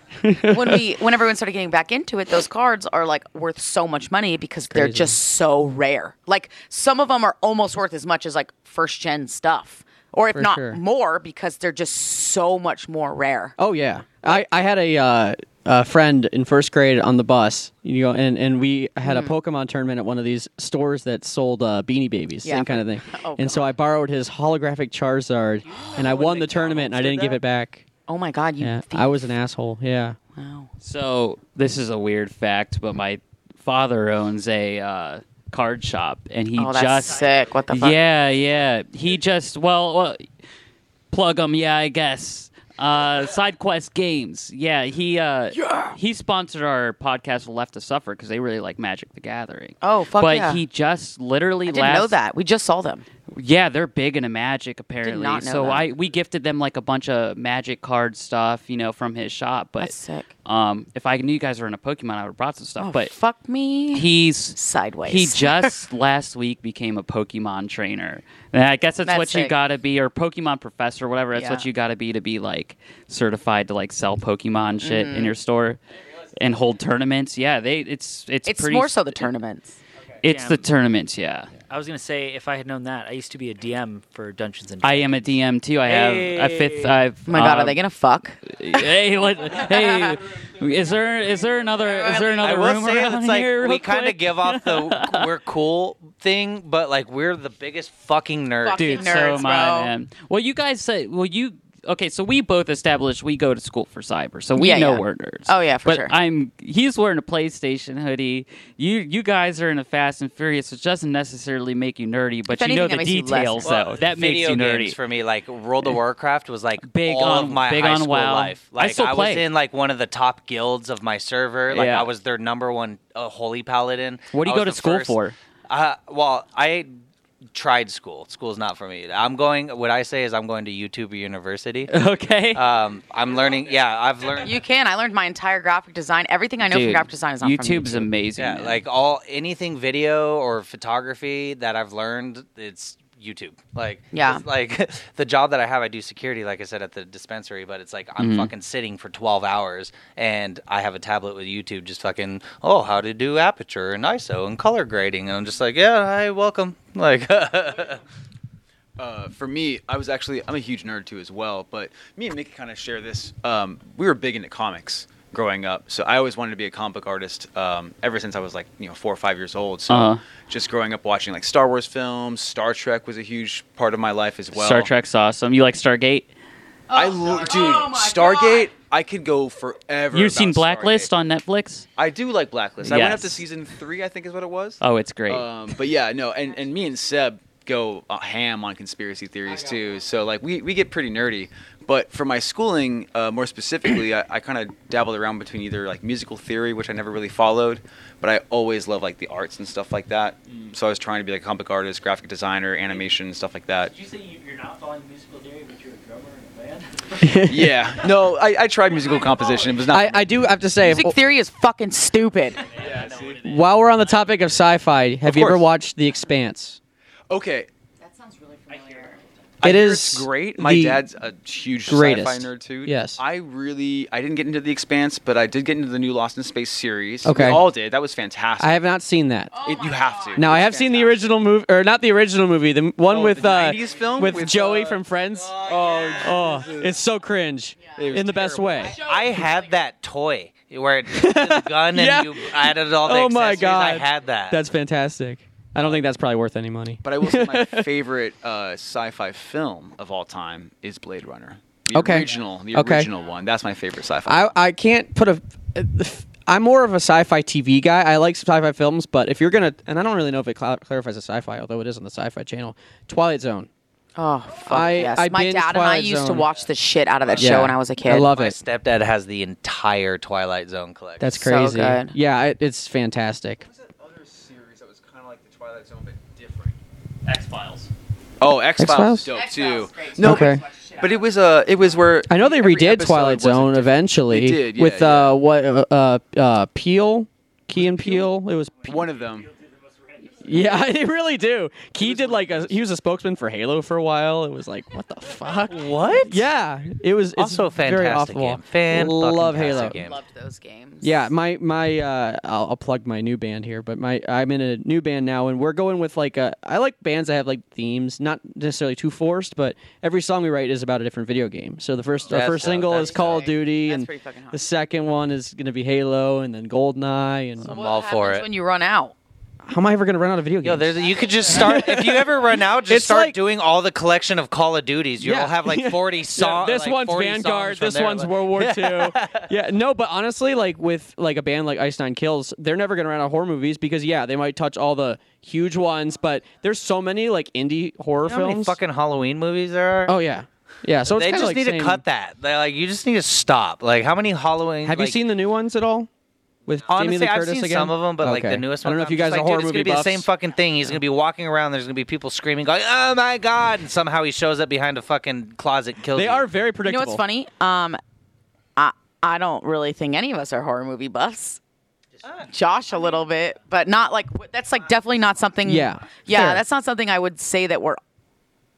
Speaker 4: when we when everyone started getting back into it, those cards are like worth so much money because they're
Speaker 2: crazy.
Speaker 4: just so rare. Like some of them are almost worth as much as like first gen stuff, or if not
Speaker 2: sure.
Speaker 4: more, because they're just so much more rare.
Speaker 2: Oh yeah, I, I had a, uh, a friend in first grade on the bus, you know, and, and we had
Speaker 6: Hmm.
Speaker 2: a Pokemon tournament at one of these stores that sold uh, Beanie Babies,
Speaker 4: Yeah.
Speaker 2: same kind of thing.
Speaker 4: Oh,
Speaker 2: and so I borrowed his holographic Charizard, and I won the tournament, and I didn't give it back.
Speaker 4: Oh my god, you!
Speaker 2: Yeah,
Speaker 4: thief.
Speaker 2: I was an asshole. Yeah.
Speaker 4: Wow.
Speaker 3: So this is a weird fact, but my father owns a uh, card shop, and he
Speaker 4: Oh, that's
Speaker 3: just
Speaker 4: sick. What the fuck?
Speaker 3: yeah, yeah. He just well, well plug him. Yeah, I guess. Uh, side quest games. Yeah, he uh, he sponsored our podcast Left to Suffer because they really like Magic the Gathering.
Speaker 4: Oh, fuck
Speaker 3: But
Speaker 4: yeah.
Speaker 3: he just literally
Speaker 4: I didn't know
Speaker 3: last-
Speaker 4: that. We just saw them.
Speaker 3: Yeah, they're big into magic apparently.
Speaker 4: not know
Speaker 3: so
Speaker 4: that.
Speaker 3: I we gifted them like a bunch of magic card stuff, you know, from his shop. But
Speaker 4: That's sick.
Speaker 3: um if I knew you guys were into Pokemon, I would have brought some stuff.
Speaker 4: Oh,
Speaker 3: but
Speaker 4: fuck me.
Speaker 3: he's
Speaker 4: Sideways.
Speaker 3: He just last week became a Pokemon trainer. And I guess that's,
Speaker 4: That's
Speaker 3: what you
Speaker 4: sick.
Speaker 3: gotta be, or Pokemon professor, whatever. That's what
Speaker 4: Yeah.
Speaker 3: you gotta be to be like certified to like sell Pokemon shit
Speaker 4: Mm-hmm.
Speaker 3: in your store and hold tournaments. Yeah, they it's it's
Speaker 4: it's
Speaker 3: pretty,
Speaker 4: more so the tournaments.
Speaker 3: It's
Speaker 7: Yeah.
Speaker 3: the tournaments. Yeah.
Speaker 7: I was gonna say if I had known that, I used to be a DM for Dungeons and.
Speaker 3: I am a DM too. I have a fifth. I've,
Speaker 4: Oh my god,
Speaker 3: uh,
Speaker 4: are
Speaker 2: Um,
Speaker 4: they gonna fuck?
Speaker 3: hey, what, hey, is there is there another is there another
Speaker 5: I will
Speaker 3: room
Speaker 5: say
Speaker 3: around
Speaker 5: it's like
Speaker 3: here? real
Speaker 5: we kind
Speaker 3: quick?
Speaker 5: of give off the we're cool thing, but like we're the biggest fucking nerds.
Speaker 4: Fuck.
Speaker 3: dude. so
Speaker 4: nerds,
Speaker 3: am
Speaker 4: bro.
Speaker 3: I, man. Well, you guys say. Well, you okay? So we both established we go to school for cyber, so we
Speaker 4: Yeah,
Speaker 3: know
Speaker 4: yeah.
Speaker 3: we're nerds.
Speaker 4: Oh, yeah, for
Speaker 3: but
Speaker 4: sure.
Speaker 3: I'm he's wearing a PlayStation hoodie. You you guys are in a Fast and Furious, which doesn't necessarily make you nerdy, but you
Speaker 4: anything,
Speaker 3: know
Speaker 4: that
Speaker 3: the
Speaker 4: makes you less
Speaker 3: details
Speaker 4: nerdy.
Speaker 3: though. That makes
Speaker 5: video
Speaker 3: you
Speaker 5: games
Speaker 3: nerdy.
Speaker 5: for me. Like World of Warcraft was like
Speaker 3: Big
Speaker 5: all
Speaker 3: on-
Speaker 5: of my
Speaker 3: big
Speaker 5: high
Speaker 3: on
Speaker 5: school
Speaker 3: WoW.
Speaker 5: life.
Speaker 3: I
Speaker 5: Like
Speaker 3: still
Speaker 5: was
Speaker 3: play.
Speaker 5: in like one of the top guilds of my server. Like
Speaker 3: Yeah.
Speaker 5: I was their number one uh, holy paladin.
Speaker 3: What do you
Speaker 5: I
Speaker 3: go
Speaker 5: was
Speaker 3: to
Speaker 5: the
Speaker 3: school
Speaker 5: first-
Speaker 3: for?
Speaker 5: Uh, well, I tried school. School's not for me. I'm going. What I say is I'm going to YouTube University.
Speaker 3: okay.
Speaker 4: Uh,
Speaker 5: um, I'm learning. Yeah, I've learned.
Speaker 4: You can. I learned my entire graphic design. Everything I know from
Speaker 3: Dude,
Speaker 4: graphic design is not
Speaker 3: YouTube's
Speaker 4: from YouTube.
Speaker 3: amazing.
Speaker 5: Yeah,
Speaker 3: man.
Speaker 5: like all anything video or photography that I've learned, it's YouTube. Like
Speaker 4: Yeah.
Speaker 5: it's like the job that I have, I do security, like I said at the dispensary, but it's like
Speaker 2: Mm-hmm.
Speaker 5: I'm fucking sitting for twelve hours and I have a tablet with YouTube, just fucking oh how to do aperture and ISO and color grading, and I'm just like yeah, hi, welcome. Like
Speaker 6: Uh, for me, I was actually I'm a huge nerd too as well, but me and Mickey kind of share this. Um, we were big into comics growing up, so I always wanted to be a comic book artist um, ever since I was like you know four or five years old. So
Speaker 3: Uh-huh.
Speaker 6: just growing up watching like Star Wars films, Star Trek was a huge part of my life as well.
Speaker 3: Star Trek's awesome. You like Stargate?
Speaker 6: I lo- dude,
Speaker 4: Oh my
Speaker 6: Stargate. I could go forever.
Speaker 3: You've seen
Speaker 6: about Stargate.
Speaker 3: Blacklist on Netflix?
Speaker 6: I do like Blacklist. I went up to
Speaker 3: Yes.
Speaker 6: season three, I think is what it was.
Speaker 3: Oh, it's great.
Speaker 7: Uh,
Speaker 6: Um, but yeah, no, and, and me and Seb go uh, ham on conspiracy theories too. So like we, we get pretty nerdy. But for my schooling, uh, more specifically, I, I kind of dabbled around between either like musical theory, which I never really followed, but I always love like the arts and stuff like that. So I was trying to be like a comic artist, graphic designer, animation, stuff like that.
Speaker 7: Did you say you- you're not following musical theory, but you're a drummer in a band?
Speaker 6: yeah, no, I, I tried musical composition. It was not.
Speaker 2: I, I do have to say,
Speaker 4: Music theory is fucking stupid.
Speaker 2: while we're on the topic of sci-fi, have
Speaker 6: Of
Speaker 2: you ever
Speaker 6: course.
Speaker 2: watched The Expanse?
Speaker 6: okay,
Speaker 4: That sounds really familiar.
Speaker 6: I
Speaker 2: It
Speaker 6: hear
Speaker 2: is
Speaker 6: it's great. My
Speaker 2: the
Speaker 6: dad's a huge
Speaker 2: greatest.
Speaker 6: sci-fi nerd too.
Speaker 2: Yes.
Speaker 6: I really I didn't get into the Expanse, but I did get into the new Lost in Space series.
Speaker 2: Okay.
Speaker 6: we all did. That was fantastic.
Speaker 2: I have not seen that.
Speaker 6: It- you have to.
Speaker 2: Now I
Speaker 6: It's
Speaker 2: have seen the
Speaker 6: Oh, fantastic.
Speaker 2: original movie, or not the original movie, the m- one
Speaker 6: Oh,
Speaker 2: with
Speaker 6: the
Speaker 2: uh,
Speaker 6: 90s film
Speaker 2: with,
Speaker 6: with,
Speaker 2: Joey
Speaker 6: uh,
Speaker 2: from Friends.
Speaker 6: Oh,
Speaker 2: Oh, it's so cringe
Speaker 6: It
Speaker 2: in
Speaker 6: was
Speaker 2: the best
Speaker 6: terrible.
Speaker 2: way.
Speaker 5: I had that toy where it took the gun and
Speaker 2: Yeah.
Speaker 5: you added all the
Speaker 2: Oh my
Speaker 5: accessories. I
Speaker 2: God.
Speaker 5: had that.
Speaker 2: That's fantastic. I don't think that's probably worth any money.
Speaker 6: but I will say my favorite uh, sci-fi film of all time is Blade Runner. The
Speaker 2: Okay.
Speaker 6: original, the
Speaker 2: Okay.
Speaker 6: original one. That's my favorite sci-fi.
Speaker 2: I I can't put a. I'm more of a sci-fi TV guy. I like sci-fi films, but if you're gonna, and I don't really know if it cla clarifies as sci-fi, although it is on the Sci-Fi Channel. Twilight Zone.
Speaker 4: Oh fuck
Speaker 2: I-
Speaker 4: yes!
Speaker 2: I
Speaker 4: My
Speaker 2: binge
Speaker 4: dad and I
Speaker 2: Twilight
Speaker 4: used to
Speaker 2: Zone.
Speaker 4: watch the shit out of that
Speaker 2: Yeah.
Speaker 4: show when I was a kid.
Speaker 2: I love
Speaker 5: My
Speaker 2: it.
Speaker 5: stepdad has the entire Twilight Zone collection.
Speaker 2: That's
Speaker 4: So
Speaker 2: crazy.
Speaker 4: good.
Speaker 2: Yeah, it, it's fantastic.
Speaker 6: other series that was kind of like the Twilight Zone but different?
Speaker 7: X Files.
Speaker 6: Oh, X
Speaker 2: X-Files?
Speaker 6: Files, dope too. No,
Speaker 2: Okay.
Speaker 6: but it was uh, it was where
Speaker 2: I know they
Speaker 6: every
Speaker 2: redid
Speaker 6: episode
Speaker 2: Twilight
Speaker 6: was a
Speaker 2: Zone
Speaker 6: different-
Speaker 2: eventually
Speaker 6: They did, yeah,
Speaker 2: with
Speaker 6: yeah.
Speaker 2: uh what uh, uh uh Peel, Key and Peel. It was Pe-
Speaker 6: one of them.
Speaker 2: yeah, they really do. Key did like a he was a spokesman for Halo for a while. It was like what the fuck?
Speaker 5: What?
Speaker 2: Yeah, it was it's
Speaker 5: Also a
Speaker 2: very
Speaker 5: fantastic
Speaker 2: off the wall.
Speaker 5: game. Fan
Speaker 2: Love
Speaker 5: fucking
Speaker 2: Halo.
Speaker 5: tastic game.
Speaker 4: Loved those games.
Speaker 2: Yeah, my my uh, I'll, I'll plug my new band here, but my I'm in a new band now, and we're going with like a I like bands that have like themes, not necessarily too forced, but every song we write is about a different video game. So the first our
Speaker 5: That's
Speaker 2: first
Speaker 5: dope.
Speaker 2: single
Speaker 5: That's
Speaker 2: is Call of
Speaker 4: dope.
Speaker 2: Duty,
Speaker 4: That's
Speaker 2: and
Speaker 4: pretty fucking hot.
Speaker 2: the second one is gonna be Halo, and then Goldeneye, and
Speaker 5: I'm all for
Speaker 4: happens
Speaker 5: it.
Speaker 4: When you run out,
Speaker 2: how am I ever gonna run out of video games?
Speaker 5: Yo, there's, you could just start if you ever run out. Just
Speaker 2: It's
Speaker 5: start
Speaker 2: like-
Speaker 5: doing all the collection of Call of Duties. You'll
Speaker 2: Yeah.
Speaker 5: have like forty
Speaker 2: Yeah,
Speaker 5: songs.
Speaker 2: this one's Vanguard. This one's World War II. yeah, no, but honestly, like with like a band like Ice Nine Kills, they're never gonna run out of horror movies because yeah, they might touch all the huge ones, but there's so many like indie horror
Speaker 5: You know how many
Speaker 2: films.
Speaker 5: fucking Halloween movies there are?
Speaker 2: oh yeah, yeah. So it's
Speaker 5: they
Speaker 2: kinda
Speaker 5: just
Speaker 2: like
Speaker 5: need
Speaker 2: same-
Speaker 5: to cut that. They're like, you just need to stop. Like, how many Halloween?
Speaker 2: Have
Speaker 5: like,
Speaker 2: you seen the new ones at all? With
Speaker 5: Honestly,
Speaker 2: Jamie Lee
Speaker 5: I've
Speaker 2: Curtis
Speaker 5: seen
Speaker 2: again?
Speaker 5: some of them, but like
Speaker 2: Okay.
Speaker 5: the newest
Speaker 2: I
Speaker 5: one.
Speaker 2: don't know if you guys
Speaker 5: I'm just
Speaker 2: are
Speaker 5: like,
Speaker 2: horror
Speaker 5: dude,
Speaker 2: movie
Speaker 5: It's gonna
Speaker 2: buffs.
Speaker 5: be the same fucking thing. He's gonna be walking around. There's gonna be people screaming, going, "Oh my god!" And somehow he shows up behind a fucking closet, and kills.
Speaker 2: They
Speaker 5: you.
Speaker 2: are very
Speaker 4: you know
Speaker 2: predictable.
Speaker 4: what's funny? Um, I I don't really think any of us are horror movie buffs. Josh a little bit, but not like that's like definitely not something.
Speaker 2: Yeah,
Speaker 4: yeah,
Speaker 2: fair.
Speaker 4: that's not something I would say that we're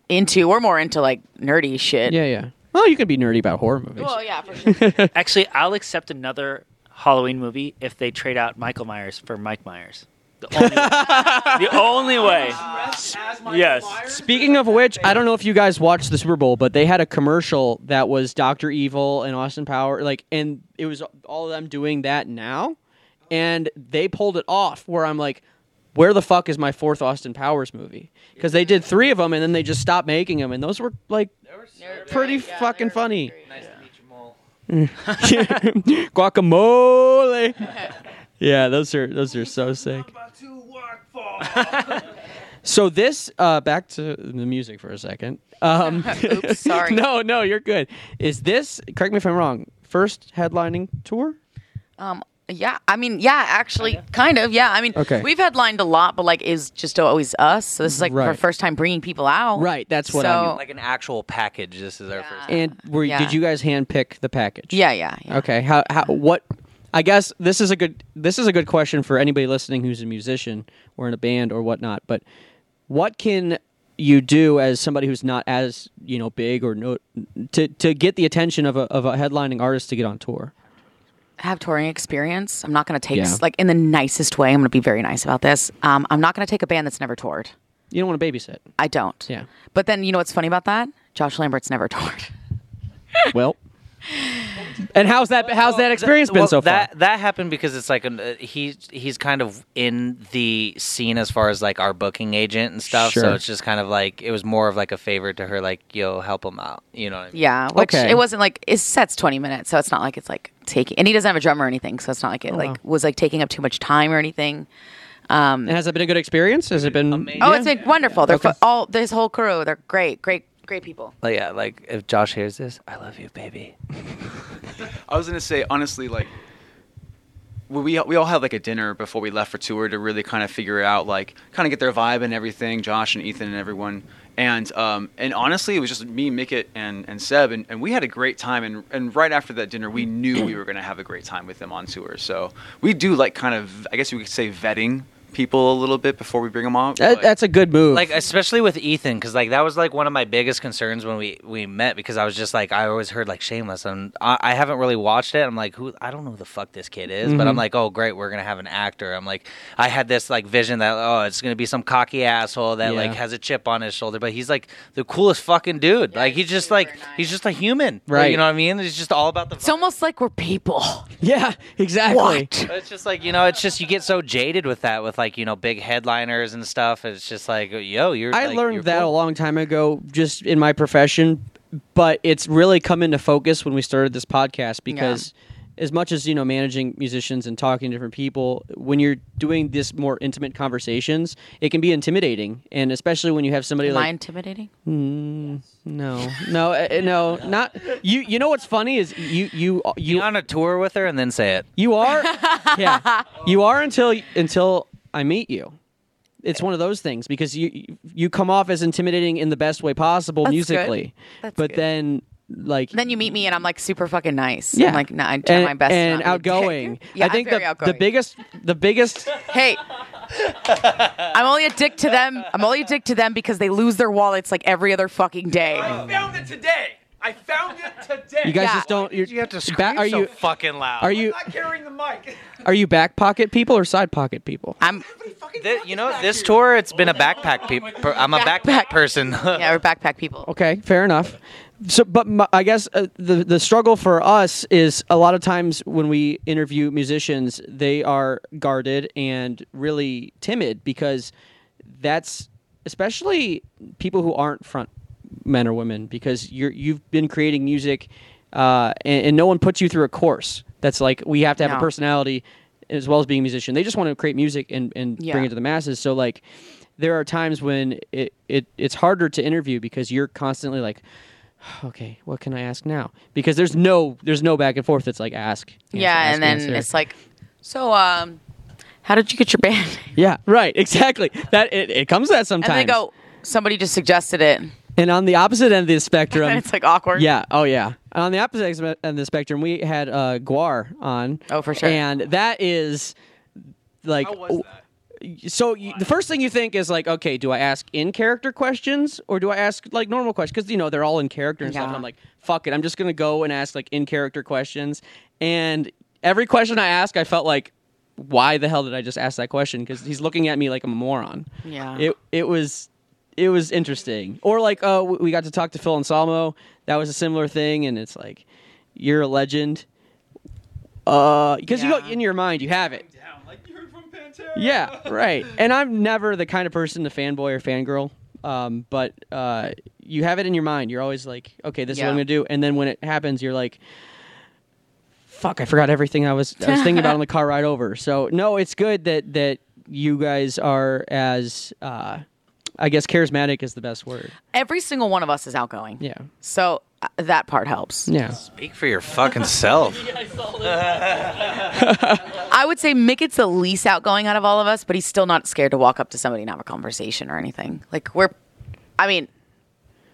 Speaker 4: into. We're more into like nerdy shit.
Speaker 2: Yeah, yeah. Well, you can be nerdy about horror movies.
Speaker 4: Well, yeah, for sure.
Speaker 7: Actually, I'll accept another Halloween movie if they trade out Michael Myers for Mike Myers. The only way. the only way. yes.
Speaker 2: Speaking of which, I don't know if you guys watched the Super Bowl, but they had a commercial that was Doctor Evil and Austin Power, like, and it was all of them doing that now, and they pulled it off. Where I'm like, where the fuck is my fourth Austin Powers movie? Because they did three of them, and then they just stopped making them, and those were like pretty fucking funny. Guacamole. yeah, those are those are so sick. So this uh, back to the music for a second. Um,
Speaker 4: Oops, sorry.
Speaker 2: no, no, you're good. Is this? Correct me if I'm wrong. First headlining tour.
Speaker 4: Um, yeah, I mean, yeah, actually, kind of, yeah. I mean,
Speaker 2: Okay.
Speaker 4: we've headlined a lot, but like, is just always us. So this is like our
Speaker 2: Right.
Speaker 4: first time bringing people out.
Speaker 2: Right, that's what
Speaker 4: so,
Speaker 2: I mean.
Speaker 5: like an actual package. This is our first.
Speaker 2: And were
Speaker 4: Uh, yeah.
Speaker 2: did you guys handpick the package?
Speaker 4: yeah, yeah, yeah.
Speaker 2: Okay. How? How? What? I guess this is a good this is a good question for anybody listening who's a musician or in a band or whatnot. But what can you do as somebody who's not as you know big or no to to get the attention of a of a headlining artist to get on tour?
Speaker 4: have touring experience. I'm not going to take
Speaker 2: Yeah.
Speaker 4: like in the nicest way. I'm going to be very nice about this. Um, I'm not going to take a band that's never toured.
Speaker 2: You don't want to babysit.
Speaker 4: I don't.
Speaker 2: Yeah.
Speaker 4: But then you know what's funny about that? Josh Lambert's never toured.
Speaker 2: well, And how's that? How's that experience been
Speaker 5: well,
Speaker 2: so far?
Speaker 5: That that happened because it's like an, uh, he he's kind of in the scene as far as like our booking agent and stuff.
Speaker 2: Sure.
Speaker 5: So it's just kind of like it was more of like a favor to her, like yo, help him out. You know what I mean?
Speaker 4: Yeah, which
Speaker 2: Okay.
Speaker 4: it wasn't like his set's twenty minutes, so it's not like it's like taking. And he doesn't have a drum or anything, so it's not
Speaker 2: Oh,
Speaker 4: like it like was like taking up too much time or anything.
Speaker 2: And has that been a good experience? Has it been?
Speaker 4: Oh,
Speaker 2: yeah?
Speaker 4: it's been wonderful. They're fu- all this whole crew. They're great, great, great people.
Speaker 5: Like yeah, like if Josh hears this, I love you, baby.
Speaker 6: I was gonna say honestly, like we we we all had like a dinner before we left for tour to really kind of figure out like kind of get their vibe and everything. Josh and Ethan and everyone, and um and honestly, it was just me, Mickett, and and Seb, and, and we had a great time. And and right after that dinner, we knew we were gonna have a great time with them on tour. So we do like kind of I guess you could say vetting people a little bit before we bring them on.
Speaker 2: That-
Speaker 6: Like,
Speaker 2: that's a good move.
Speaker 5: Like especially with Ethan, because like that was like one of my biggest concerns when we we met, because I was just like I always heard like Shameless, and I, I haven't really watched it. I'm like, who? I don't know who the fuck this kid is,
Speaker 2: Mm-hmm.
Speaker 5: but I'm like, oh great, we're gonna have an actor. I'm like, I had this like vision that oh it's gonna be some cocky asshole that
Speaker 2: Yeah.
Speaker 5: like has a chip on his shoulder, but he's like the coolest fucking dude. like he's just like he's just a human,
Speaker 2: Right.
Speaker 5: You know what I mean? It's just all about the.
Speaker 4: It's almost like we're people.
Speaker 2: yeah, exactly.
Speaker 5: But It's just like you know, it's just you get so jaded with that, with like you know big headliners and stuff. It's just like yo, you're.
Speaker 2: I
Speaker 5: like, you're
Speaker 2: learned that
Speaker 5: cool.
Speaker 2: a long time ago, just in my profession, but it's really come into focus when we started this podcast because. As much as you know, managing musicians and talking to different people, when you're doing this more intimate conversations, it can be intimidating, and especially when you have somebody
Speaker 4: Am I
Speaker 2: like
Speaker 4: intimidating?
Speaker 2: no, no, uh, no, not you. You know what's funny is you, you, you,
Speaker 5: You on a tour with her and then say it.
Speaker 2: You are, yeah. You are until until I meet you. It's one of those things because you you come off as intimidating in the best way possible
Speaker 4: That's good.
Speaker 2: musically,
Speaker 4: That's
Speaker 2: but
Speaker 4: good.
Speaker 2: then like
Speaker 4: Then you meet me and I'm like super fucking nice.
Speaker 2: yeah,
Speaker 4: I'm like, nah, I try
Speaker 2: and,
Speaker 4: my best.
Speaker 2: and
Speaker 4: not to be a dick.
Speaker 2: outgoing.
Speaker 4: yeah,
Speaker 2: I think
Speaker 4: am very
Speaker 2: the
Speaker 4: outgoing.
Speaker 2: the biggest the biggest
Speaker 4: Hey, I'm only a dick to them. I'm only a dick to them because they lose their wallets like every other fucking day.
Speaker 8: found it today. I found it today.
Speaker 2: you guys
Speaker 4: Yeah.
Speaker 2: just don't you're,
Speaker 5: You have to scream
Speaker 2: ba- are
Speaker 5: so
Speaker 2: you
Speaker 5: fucking loud.
Speaker 2: are you
Speaker 8: not carrying the mic.
Speaker 2: are you back pocket people or side pocket people?
Speaker 4: I'm
Speaker 5: Th- you know, this tour it's been a backpack. Pe- per- I'm a
Speaker 4: Backpack.
Speaker 5: backpack person.
Speaker 4: yeah, we're backpack people.
Speaker 2: Okay, fair enough. So, but my, I guess uh, the the struggle for us is a lot of times when we interview musicians, they are guarded and really timid because that's especially people who aren't front men or women because you're you've been creating music uh, and, and no one puts you through a course that's like we have to have a
Speaker 4: No.
Speaker 2: personality as well as being a musician. They just want to create music and and
Speaker 4: Yeah.
Speaker 2: bring it to the masses. So like there are times when it, it it's harder to interview because you're constantly like okay what can i ask now because there's no there's no back and forth it's like ask answer,
Speaker 4: yeah,
Speaker 2: ask,
Speaker 4: and then
Speaker 2: answer.
Speaker 4: it's like, so um, how did you get your band?
Speaker 2: yeah right exactly that it, it comes to that sometimes
Speaker 4: And they go, somebody just suggested it,
Speaker 2: And on the opposite end of the spectrum
Speaker 4: and it's like awkward.
Speaker 2: Yeah. Oh, yeah. And on the opposite ex- end of the spectrum, we had uh, Guar on.
Speaker 4: Oh, for sure.
Speaker 2: And that is like. So you, the first thing you think is like, okay, do I ask in character questions or do I ask like normal questions? Because you know they're all in character and stuff. And
Speaker 4: Yeah.
Speaker 2: I'm like, fuck it, I'm just gonna go and ask like in character questions. And every question I ask, I felt like, why the hell did I just ask that question? Because he's looking at me like I'm a moron.
Speaker 4: Yeah.
Speaker 2: It it was it was interesting. Or like uh we- we got to talk to Phil Anselmo. That was a similar thing and it's like you're a legend. Uh because you go
Speaker 4: Yeah.
Speaker 2: in your mind you have it.
Speaker 8: Like you heard from Pantera.
Speaker 2: Yeah, right. And I'm never the kind of person to fanboy or fangirl. Um, but uh, you have it in your mind. You're always like, okay, this is what
Speaker 4: Yeah.
Speaker 2: I'm gonna do. And then when it happens, you're like, fuck, I forgot everything I was I was thinking about on the car ride over. So no, it's good that that you guys are as uh, I guess charismatic is the best word.
Speaker 4: Every single one of us is outgoing.
Speaker 2: Yeah.
Speaker 4: So uh, that part helps.
Speaker 2: Yeah.
Speaker 5: Speak for your fucking self.
Speaker 4: I would say Mickett's the least outgoing out of all of us, but he's still not scared to walk up to somebody and have a conversation or anything. Like we're, I mean,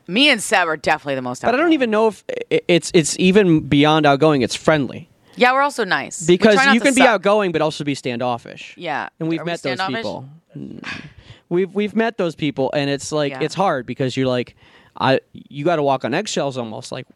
Speaker 4: me and Seb are definitely the most.
Speaker 2: But I
Speaker 4: outgoing.
Speaker 2: don't even know if i- it's it's even beyond outgoing. It's friendly
Speaker 4: Yeah, we're also nice We
Speaker 2: because
Speaker 4: try not
Speaker 2: you
Speaker 4: to
Speaker 2: can be
Speaker 4: suck.
Speaker 2: outgoing but also be standoffish.
Speaker 4: Yeah,
Speaker 2: and we've
Speaker 4: Are we
Speaker 2: met those
Speaker 4: standoffish?
Speaker 2: people. Mm. We've we've met those people, and it's like
Speaker 4: Yeah.
Speaker 2: it's hard because you're like, I you got to walk on eggshells almost. Like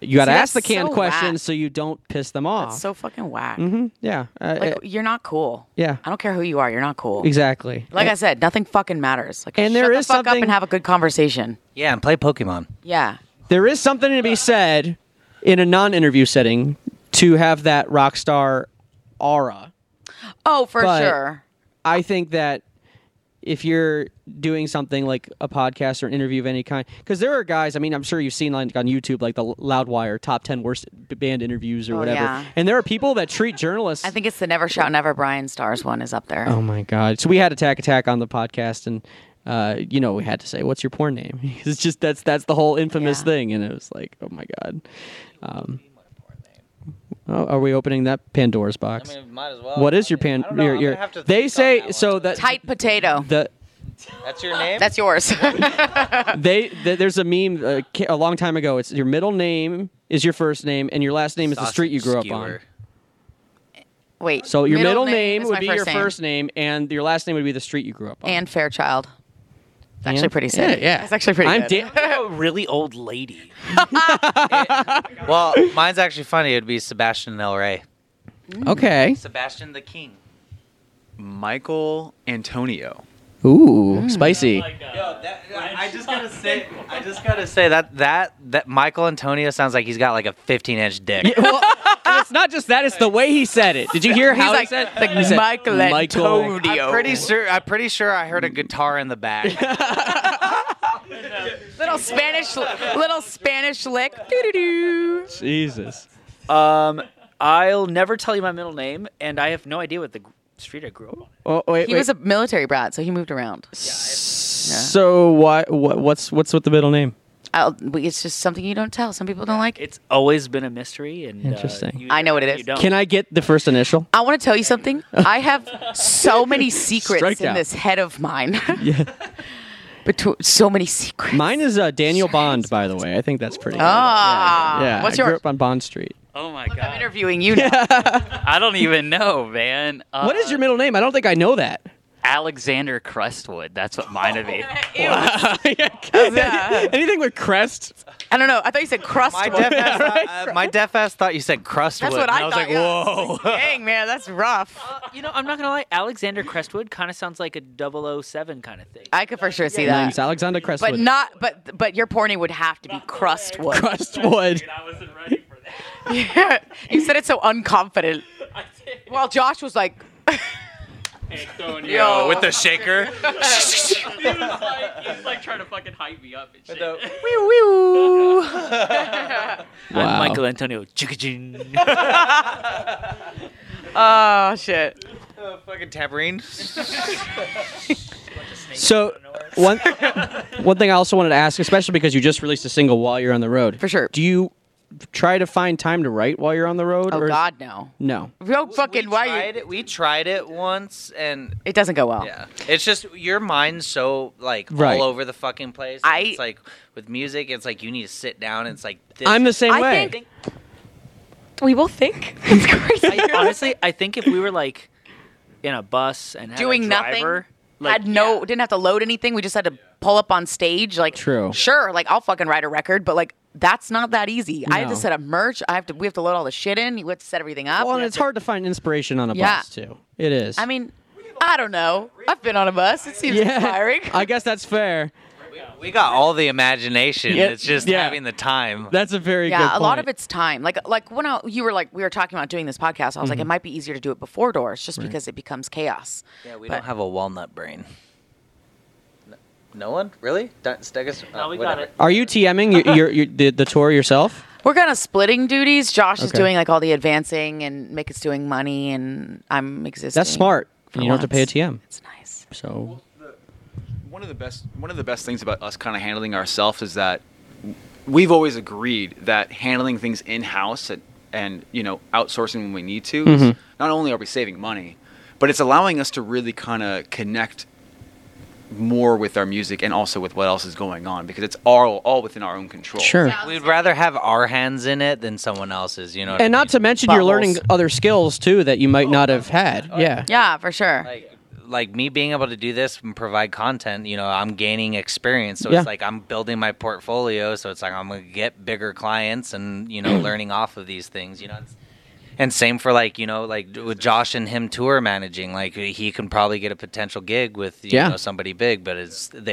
Speaker 2: you got to
Speaker 4: See,
Speaker 2: ask the
Speaker 4: that's
Speaker 2: canned
Speaker 4: so
Speaker 2: questions
Speaker 4: whack.
Speaker 2: so you don't piss them off.
Speaker 4: So fucking whack.
Speaker 2: yeah, uh,
Speaker 4: Like
Speaker 2: uh,
Speaker 4: you're not cool.
Speaker 2: yeah.
Speaker 4: I don't care who you are. You're not cool.
Speaker 2: exactly.
Speaker 4: Like I said, nothing fucking matters. Like
Speaker 2: And
Speaker 4: shut
Speaker 2: there
Speaker 4: the
Speaker 2: is
Speaker 4: fuck up
Speaker 2: something-
Speaker 4: and have a good conversation.
Speaker 5: Yeah, and play Pokemon.
Speaker 4: Yeah.
Speaker 2: there is something to be said in a non-interview setting to have that rock star aura.
Speaker 4: Oh, for
Speaker 2: But-
Speaker 4: sure.
Speaker 2: I think that if you're doing something like a podcast or an interview of any kind, because there are guys, I mean, I'm sure you've seen like on YouTube, like the Loudwire top 10 worst b- band interviews or
Speaker 4: Oh,
Speaker 2: whatever.
Speaker 4: yeah.
Speaker 2: And there are people that treat journalists.
Speaker 4: I think it's the Never Shout Never Brian Stars one is up there.
Speaker 2: oh my God. So we had Attack Attack on the podcast and. Uh, you know, we had to say, "What's your porn name?" It's just that's that's the whole infamous
Speaker 4: Yeah.
Speaker 2: thing, and it was like, "Oh my god." Um, oh, are we opening that Pandora's box?
Speaker 5: might as well.
Speaker 2: what is your pan? your- your- they say so that
Speaker 4: Tight potato.
Speaker 2: the
Speaker 5: That's your name.
Speaker 4: That's yours.
Speaker 2: they th- there's a meme uh, ca- a long time ago. It's your middle name is your first name, and your last name is the street you grew up on.
Speaker 4: Wait.
Speaker 2: So your middle, name,
Speaker 4: is
Speaker 2: would
Speaker 4: my
Speaker 2: be your first name, and your last name would be the street you grew up on.
Speaker 4: And Fairchild. It's
Speaker 2: And-
Speaker 4: actually pretty sick.
Speaker 2: Yeah, yeah.
Speaker 4: It's actually pretty
Speaker 2: I'm
Speaker 4: good.
Speaker 2: da-
Speaker 7: a really old lady.
Speaker 5: Well, mine's actually funny. It'd be Sebastian Del Rey.
Speaker 2: okay.
Speaker 5: Sebastian the King.
Speaker 6: Michael Antonio.
Speaker 2: Ooh, spicy.
Speaker 5: Yo, that, I just gotta say, I just gotta say that that that Michael Antonio sounds like he's got like a 15 inch dick.
Speaker 2: Yeah, well, and it's not just that; it's the way he said it. Did you hear how
Speaker 4: like-
Speaker 2: he said?
Speaker 4: like
Speaker 2: He said,
Speaker 4: Michael
Speaker 5: I'm pretty sure. I'm pretty sure I heard a guitar in the back.
Speaker 4: Little Spanish, little Spanish lick. Doo-doo-doo.
Speaker 2: Jesus.
Speaker 7: Um, I'll never tell you my middle name, and I have no idea what the g- street I grew up on.
Speaker 2: Oh, wait,
Speaker 4: He was a military brat, so he moved around.
Speaker 2: so why? What, what's what's with the middle name?
Speaker 4: I'll, but it's just something you don't tell. Some people don't like.
Speaker 7: It's always been a mystery, and uh,
Speaker 2: Interesting.
Speaker 7: you
Speaker 4: I know what it
Speaker 7: you
Speaker 4: is.
Speaker 7: don't.
Speaker 2: Can I get the first initial?
Speaker 4: I want to tell you something. I have so many secrets
Speaker 2: Strike
Speaker 4: in
Speaker 2: out.
Speaker 4: this head of mine. yeah. Between so many secrets.
Speaker 2: Mine is uh, Daniel Bond, by the way. I think that's pretty.
Speaker 4: Ah.
Speaker 2: good. Yeah,
Speaker 4: What's
Speaker 2: I
Speaker 4: yours?
Speaker 2: grew up on Bond Street.
Speaker 3: Oh my
Speaker 4: I'm
Speaker 3: god!
Speaker 4: interviewing you now.
Speaker 3: I don't even know, man. Uh,
Speaker 2: What is your middle name? I don't think I know that.
Speaker 3: Alexander Crestwood? That's what mine would be.
Speaker 2: Anything with crest?
Speaker 4: I don't know. I thought you said crust.
Speaker 5: My
Speaker 4: one.
Speaker 5: deaf, ass thought, uh, my deaf ass thought you said crust.
Speaker 4: That's what I,
Speaker 5: was
Speaker 4: thought.
Speaker 5: like,
Speaker 4: yeah.
Speaker 5: whoa.
Speaker 4: I was like, Dang man, that's rough.
Speaker 7: You know, I'm not gonna lie. Alexander Crestwood kind of sounds like a 007 kind of thing.
Speaker 4: I could for sure see
Speaker 2: Name's
Speaker 4: that.
Speaker 2: Alexander Crestwood.
Speaker 4: But not. But but your porny would have to be crustwood.
Speaker 2: Crestwood.
Speaker 4: you said it so unconfident. Well, Josh was like,
Speaker 5: Yo, with the shaker.
Speaker 3: He's like trying to fucking hype me up and shit.
Speaker 2: Wow.
Speaker 7: I'm Michael Antonio. Jigajin.
Speaker 4: oh shit.
Speaker 5: Fucking tambourine.
Speaker 2: So one one thing I also wanted to ask, especially because you just released a single while you're on the road.
Speaker 4: For sure.
Speaker 2: Do you try to find time to write while you're on the road?
Speaker 4: Oh
Speaker 2: or is-
Speaker 4: God, no.
Speaker 2: No.
Speaker 4: Real fucking.
Speaker 5: we
Speaker 4: Why?
Speaker 5: tried
Speaker 4: you-
Speaker 5: it. We tried it once, and
Speaker 4: It doesn't go well.
Speaker 5: yeah, it's just your mind's so like
Speaker 2: Right.
Speaker 5: all over the fucking place.
Speaker 4: I-
Speaker 5: it's like with music, it's like you need to sit down. And it's like this
Speaker 2: I'm the same
Speaker 4: I
Speaker 2: way.
Speaker 4: think we both think. It's crazy.
Speaker 7: Honestly, I think if we were like in a bus and had
Speaker 4: Doing
Speaker 7: a
Speaker 4: nothing?
Speaker 7: driver,
Speaker 4: had no didn't have to load anything. We just had to pull up on stage. Like
Speaker 2: True.
Speaker 4: Sure, like I'll fucking write a record, but like that's not that easy. I have to
Speaker 2: No.
Speaker 4: set up merch. I have to we have to load all the shit in. You have to set everything up.
Speaker 2: Well,
Speaker 4: We
Speaker 2: and
Speaker 4: have
Speaker 2: it's
Speaker 4: to-
Speaker 2: hard to find inspiration on a
Speaker 4: Yeah.
Speaker 2: bus too. It is.
Speaker 4: I mean, I don't know. I've been on a bus. It seems
Speaker 2: yeah.
Speaker 4: inspiring.
Speaker 2: I guess that's fair.
Speaker 5: We got all the imagination.
Speaker 2: Yeah,
Speaker 5: It's just
Speaker 2: yeah.
Speaker 5: having the time.
Speaker 2: That's a very good
Speaker 4: yeah, a lot
Speaker 2: point.
Speaker 4: of it's time. Like like when I, you were like we were talking about doing this podcast, I was like it
Speaker 2: Mm-hmm.
Speaker 4: might be easier to do it before doors just because it becomes chaos.
Speaker 5: yeah, we
Speaker 4: but-
Speaker 5: don't have a walnut brain. No- No one really? Don't stick us.
Speaker 7: No,
Speaker 5: oh,
Speaker 7: we got
Speaker 5: whatever.
Speaker 7: it.
Speaker 2: Are you TMing your, your, your, the, the tour yourself?
Speaker 4: We're kind of splitting duties. Josh is
Speaker 2: Okay.
Speaker 4: doing like all the advancing and Mick is doing money and I'm existing.
Speaker 2: That's smart.
Speaker 4: for
Speaker 2: You don't have to pay a
Speaker 4: once.
Speaker 2: TM.
Speaker 4: It's nice.
Speaker 2: So
Speaker 6: One of the best one of the best things about us kind of handling ourselves is that we've always agreed that handling things in house and, and you know outsourcing when we need to is not only are we saving money, but it's allowing us to really kind of connect more with our music and also with what else is going on because it's all all within our own control.
Speaker 2: sure.
Speaker 5: We'd rather have our hands in it than someone else's. You know. what I
Speaker 2: And not to mention you're learning other skills too that you might not have had. Yeah.
Speaker 4: Oh, Yeah, for sure.
Speaker 2: Oh.
Speaker 5: like like me being able to do this and provide content you know i'm gaining experience so
Speaker 2: Yeah.
Speaker 5: it's like i'm building my portfolio so it's like i'm gonna get bigger clients and you know learning off of these things you know it's, and same for like you know like with josh and him tour managing like he can probably get a potential gig with you
Speaker 2: Yeah.
Speaker 5: know somebody big but it's the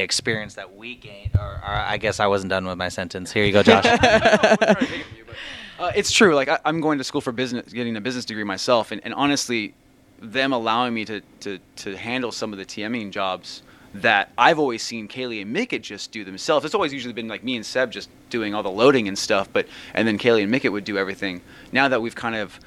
Speaker 5: experience that we gain or, or i guess i wasn't done with my sentence here you go josh
Speaker 6: Uh, it's true. Like I, I'm going to school for business, getting a business degree myself, and, and honestly, them allowing me to, to to handle some of the TMing jobs that I've always seen Kaylee and Mickett just do themselves. It's always usually been like me and Seb just doing all the loading and stuff, but and then Kaylee and Mickett would do everything. Now that we've kind of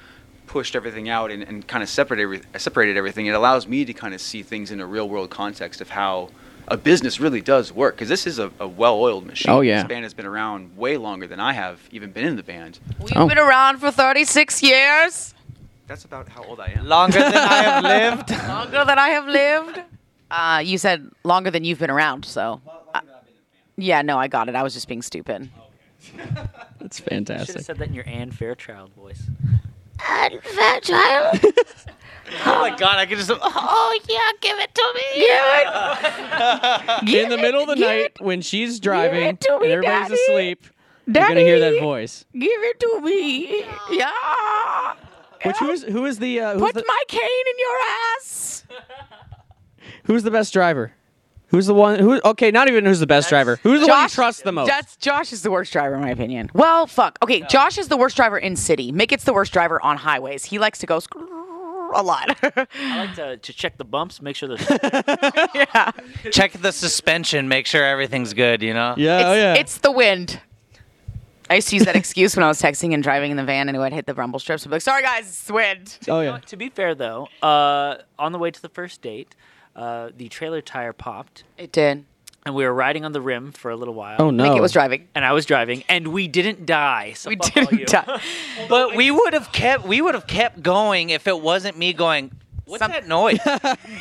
Speaker 6: pushed everything out and, and kind of separate every, separated everything, it allows me to kind of see things in a real world context of how a business really does work. Because this is a, a well oiled machine.
Speaker 2: Oh, yeah.
Speaker 6: This band has been around way longer than I have even been in the band.
Speaker 4: We've
Speaker 2: Oh.
Speaker 4: been around for 36 years,
Speaker 6: That's about how old I am.
Speaker 5: Longer than I have lived.
Speaker 4: longer than I have lived. Uh, you said longer than you've been around, so. I- yeah, no, I got it. I was just being stupid.
Speaker 2: That's
Speaker 7: Should have
Speaker 2: fantastic.
Speaker 7: said that in your Anne Fairchild voice.
Speaker 5: Oh my god, I could just.
Speaker 4: Oh yeah, give it to me. Give
Speaker 2: In the middle of the
Speaker 4: Give
Speaker 2: night
Speaker 4: it-
Speaker 2: when she's driving
Speaker 4: it to
Speaker 2: and
Speaker 4: me,
Speaker 2: everybody's
Speaker 4: Daddy.
Speaker 2: asleep, you're gonna hear that
Speaker 4: Daddy.
Speaker 2: voice.
Speaker 4: it, give it to me. Yeah.
Speaker 2: Which who's who is the uh, who's
Speaker 4: Put
Speaker 2: the,
Speaker 4: my cane in your ass.
Speaker 2: who's the best driver? Who's the one who? Okay, not even who's the best driver. Who's the one you
Speaker 4: Josh-
Speaker 2: trust the most?
Speaker 4: That's Josh is the worst driver in my opinion. Well, fuck. Okay, Josh is the worst driver in city. Mickett's the worst driver on highways. He likes to go sc- a lot.
Speaker 7: I like to, to check the bumps, make sure they're.
Speaker 4: yeah.
Speaker 5: Check the suspension, make sure everything's good, you know?
Speaker 2: yeah,
Speaker 4: it's,
Speaker 2: oh yeah.
Speaker 4: it's the wind. I used to use that excuse when I was texting and driving in the van and it would hit the rumble strips. I'd be like, sorry guys, it's wind.
Speaker 2: oh yeah.
Speaker 7: to be fair, though, uh, on the way to the first date, uh, the trailer tire popped,
Speaker 4: It did.
Speaker 7: and we were riding on the rim for a little while.
Speaker 2: Oh no.
Speaker 4: Mickett was driving.
Speaker 7: And I was driving, and we didn't die. So
Speaker 4: We
Speaker 7: fuck all you.
Speaker 4: didn't die.
Speaker 5: But we would have kept we would have kept going if it wasn't me going, What's
Speaker 4: Some-
Speaker 5: that noise?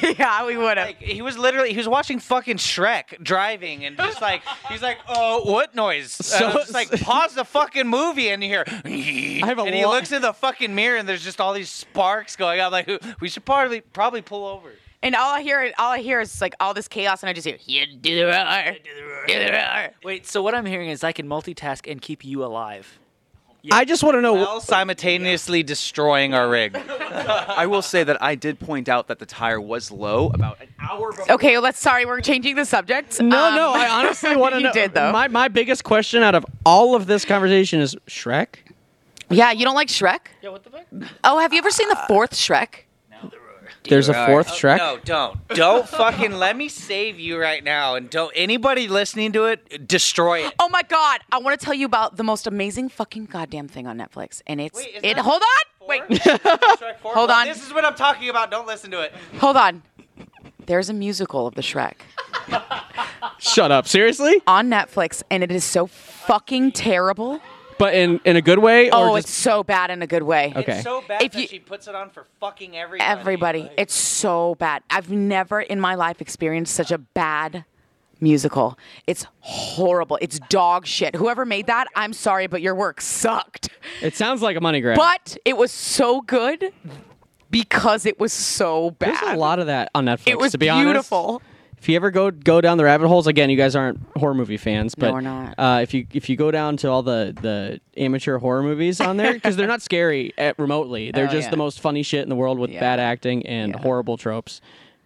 Speaker 4: yeah, we would have.
Speaker 5: like he was literally he was watching fucking Shrek driving and just like he's like, Oh, what noise? So
Speaker 2: So-
Speaker 5: just like pause the fucking movie and you hear
Speaker 2: have a
Speaker 5: and he
Speaker 2: lo-
Speaker 5: looks in the fucking mirror and there's just all these sparks going on. Like we should probably probably pull over.
Speaker 4: And all I hear, all I hear is like all this chaos, and I just hear, "You do the roar, do the roar."
Speaker 7: Wait, so what I'm hearing is I can multitask and keep you alive.
Speaker 2: I just want to know.
Speaker 5: While simultaneously destroying our rig.
Speaker 6: I will say that I did point out that the tire was low about an hour before.
Speaker 4: Okay, well, let's. Sorry, we're changing the subject.
Speaker 2: no,
Speaker 4: Um,
Speaker 2: no. I honestly want to
Speaker 4: you
Speaker 2: know.
Speaker 4: did though.
Speaker 2: My my biggest question out of all of this conversation is Shrek.
Speaker 4: yeah, you don't like Shrek?
Speaker 7: Yeah, what the fuck?
Speaker 4: Oh, have you ever seen the fourth Shrek?
Speaker 2: There's a
Speaker 4: Oh,
Speaker 2: fourth Shrek.
Speaker 5: No, don't. Don't fucking let me save you right now. And don't anybody listening to it destroy it.
Speaker 4: Oh my God, I want to tell you about the most amazing fucking goddamn thing on Netflix, and it's
Speaker 5: Wait, isn't
Speaker 4: it.
Speaker 5: that
Speaker 4: Hold on, wait, Hold on.
Speaker 5: This is what I'm talking about. Don't listen to it.
Speaker 4: hold on. There's a musical of the Shrek
Speaker 2: Shut up. Seriously?
Speaker 4: on Netflix, and it is so fucking terrible.
Speaker 2: But in in a good way or
Speaker 4: Oh, it's
Speaker 2: just
Speaker 4: so bad in a good way.
Speaker 2: Okay.
Speaker 5: It's so bad
Speaker 4: If
Speaker 5: that
Speaker 4: you-
Speaker 5: she puts it on for fucking everybody.
Speaker 4: Everybody,
Speaker 5: Like,
Speaker 4: it's so bad. I've never in my life experienced such a bad musical. It's horrible. It's dog shit. Whoever made that, I'm sorry, but your work sucked.
Speaker 2: it sounds like a money grab.
Speaker 4: But it was so good because it was so bad.
Speaker 2: There's a lot of that on Netflix.
Speaker 4: it was
Speaker 2: to be
Speaker 4: beautiful.
Speaker 2: honest. If you ever go go down the rabbit holes again, you guys aren't horror movie fans, but
Speaker 4: we're not.
Speaker 2: Uh, if you if you go down to all the, the amateur horror movies on there, because they're not scary at, remotely, they're
Speaker 4: Oh,
Speaker 2: just
Speaker 4: yeah.
Speaker 2: the most funny shit in the world with
Speaker 4: Yeah.
Speaker 2: bad acting and
Speaker 4: Yeah.
Speaker 2: horrible tropes.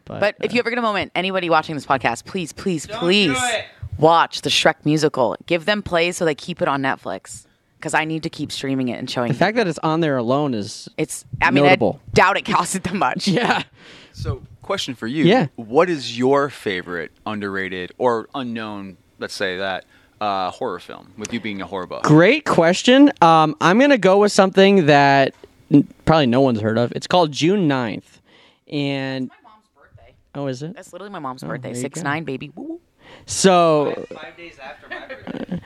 Speaker 2: But,
Speaker 4: But if you ever get a moment, anybody watching this podcast, please, please,
Speaker 5: Don't
Speaker 4: please
Speaker 5: do it.
Speaker 4: watch the Shrek musical. Give them plays so they keep it on Netflix because I need to keep streaming it and showing.
Speaker 2: the fact that it's on there alone is
Speaker 4: it's, I mean,
Speaker 2: notable.
Speaker 4: I doubt it costed them much.
Speaker 2: yeah.
Speaker 6: So, question for you.
Speaker 2: Yeah.
Speaker 6: What is your favorite underrated or unknown, let's say that, uh, horror film with you being a horror buff?
Speaker 2: Great question. Um, I'm going to go with something that n- probably no one's heard of. It's called June 9th. And
Speaker 4: mom's birthday.
Speaker 2: oh, is it?
Speaker 4: That's literally my mom's birthday.
Speaker 2: there you
Speaker 4: Six
Speaker 2: go.
Speaker 4: nine, baby. Woo, woo.
Speaker 2: So
Speaker 5: Five days after my birthday.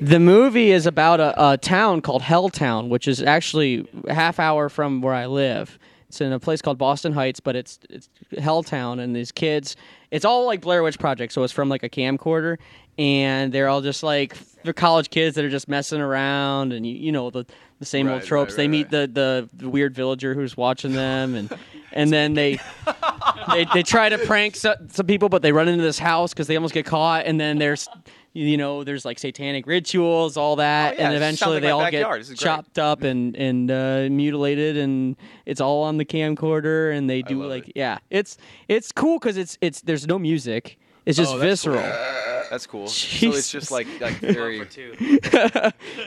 Speaker 2: the movie is about a, a town called Helltown, which is actually a half hour from where I live. It's in a place called Boston Heights, but it's it's Helltown, and these kids, it's all like Blair Witch Project, so it's from like a camcorder, and they're all just like they're college kids that are just messing around, and you, you know the the same
Speaker 6: Right,
Speaker 2: old
Speaker 6: right,
Speaker 2: tropes. they
Speaker 6: right,
Speaker 2: meet the, the the weird villager who's watching them, and and then they they, they try to prank so, some people, but they run into this house because they almost get caught, and then there's you know there's like satanic rituals, all that,
Speaker 6: Oh, yeah,
Speaker 2: and
Speaker 6: this
Speaker 2: eventually
Speaker 6: sounds like
Speaker 2: they
Speaker 6: my
Speaker 2: all
Speaker 6: backyard. This
Speaker 2: get
Speaker 6: is great.
Speaker 2: chopped up and and uh, mutilated, and it's all on the camcorder, and they do
Speaker 6: love
Speaker 2: like
Speaker 6: it.
Speaker 2: yeah, it's it's cool because it's it's there's no music, it's just
Speaker 6: Oh, that's cool.
Speaker 2: visceral.
Speaker 6: That's cool. So it's
Speaker 2: Jesus.
Speaker 6: just like like very.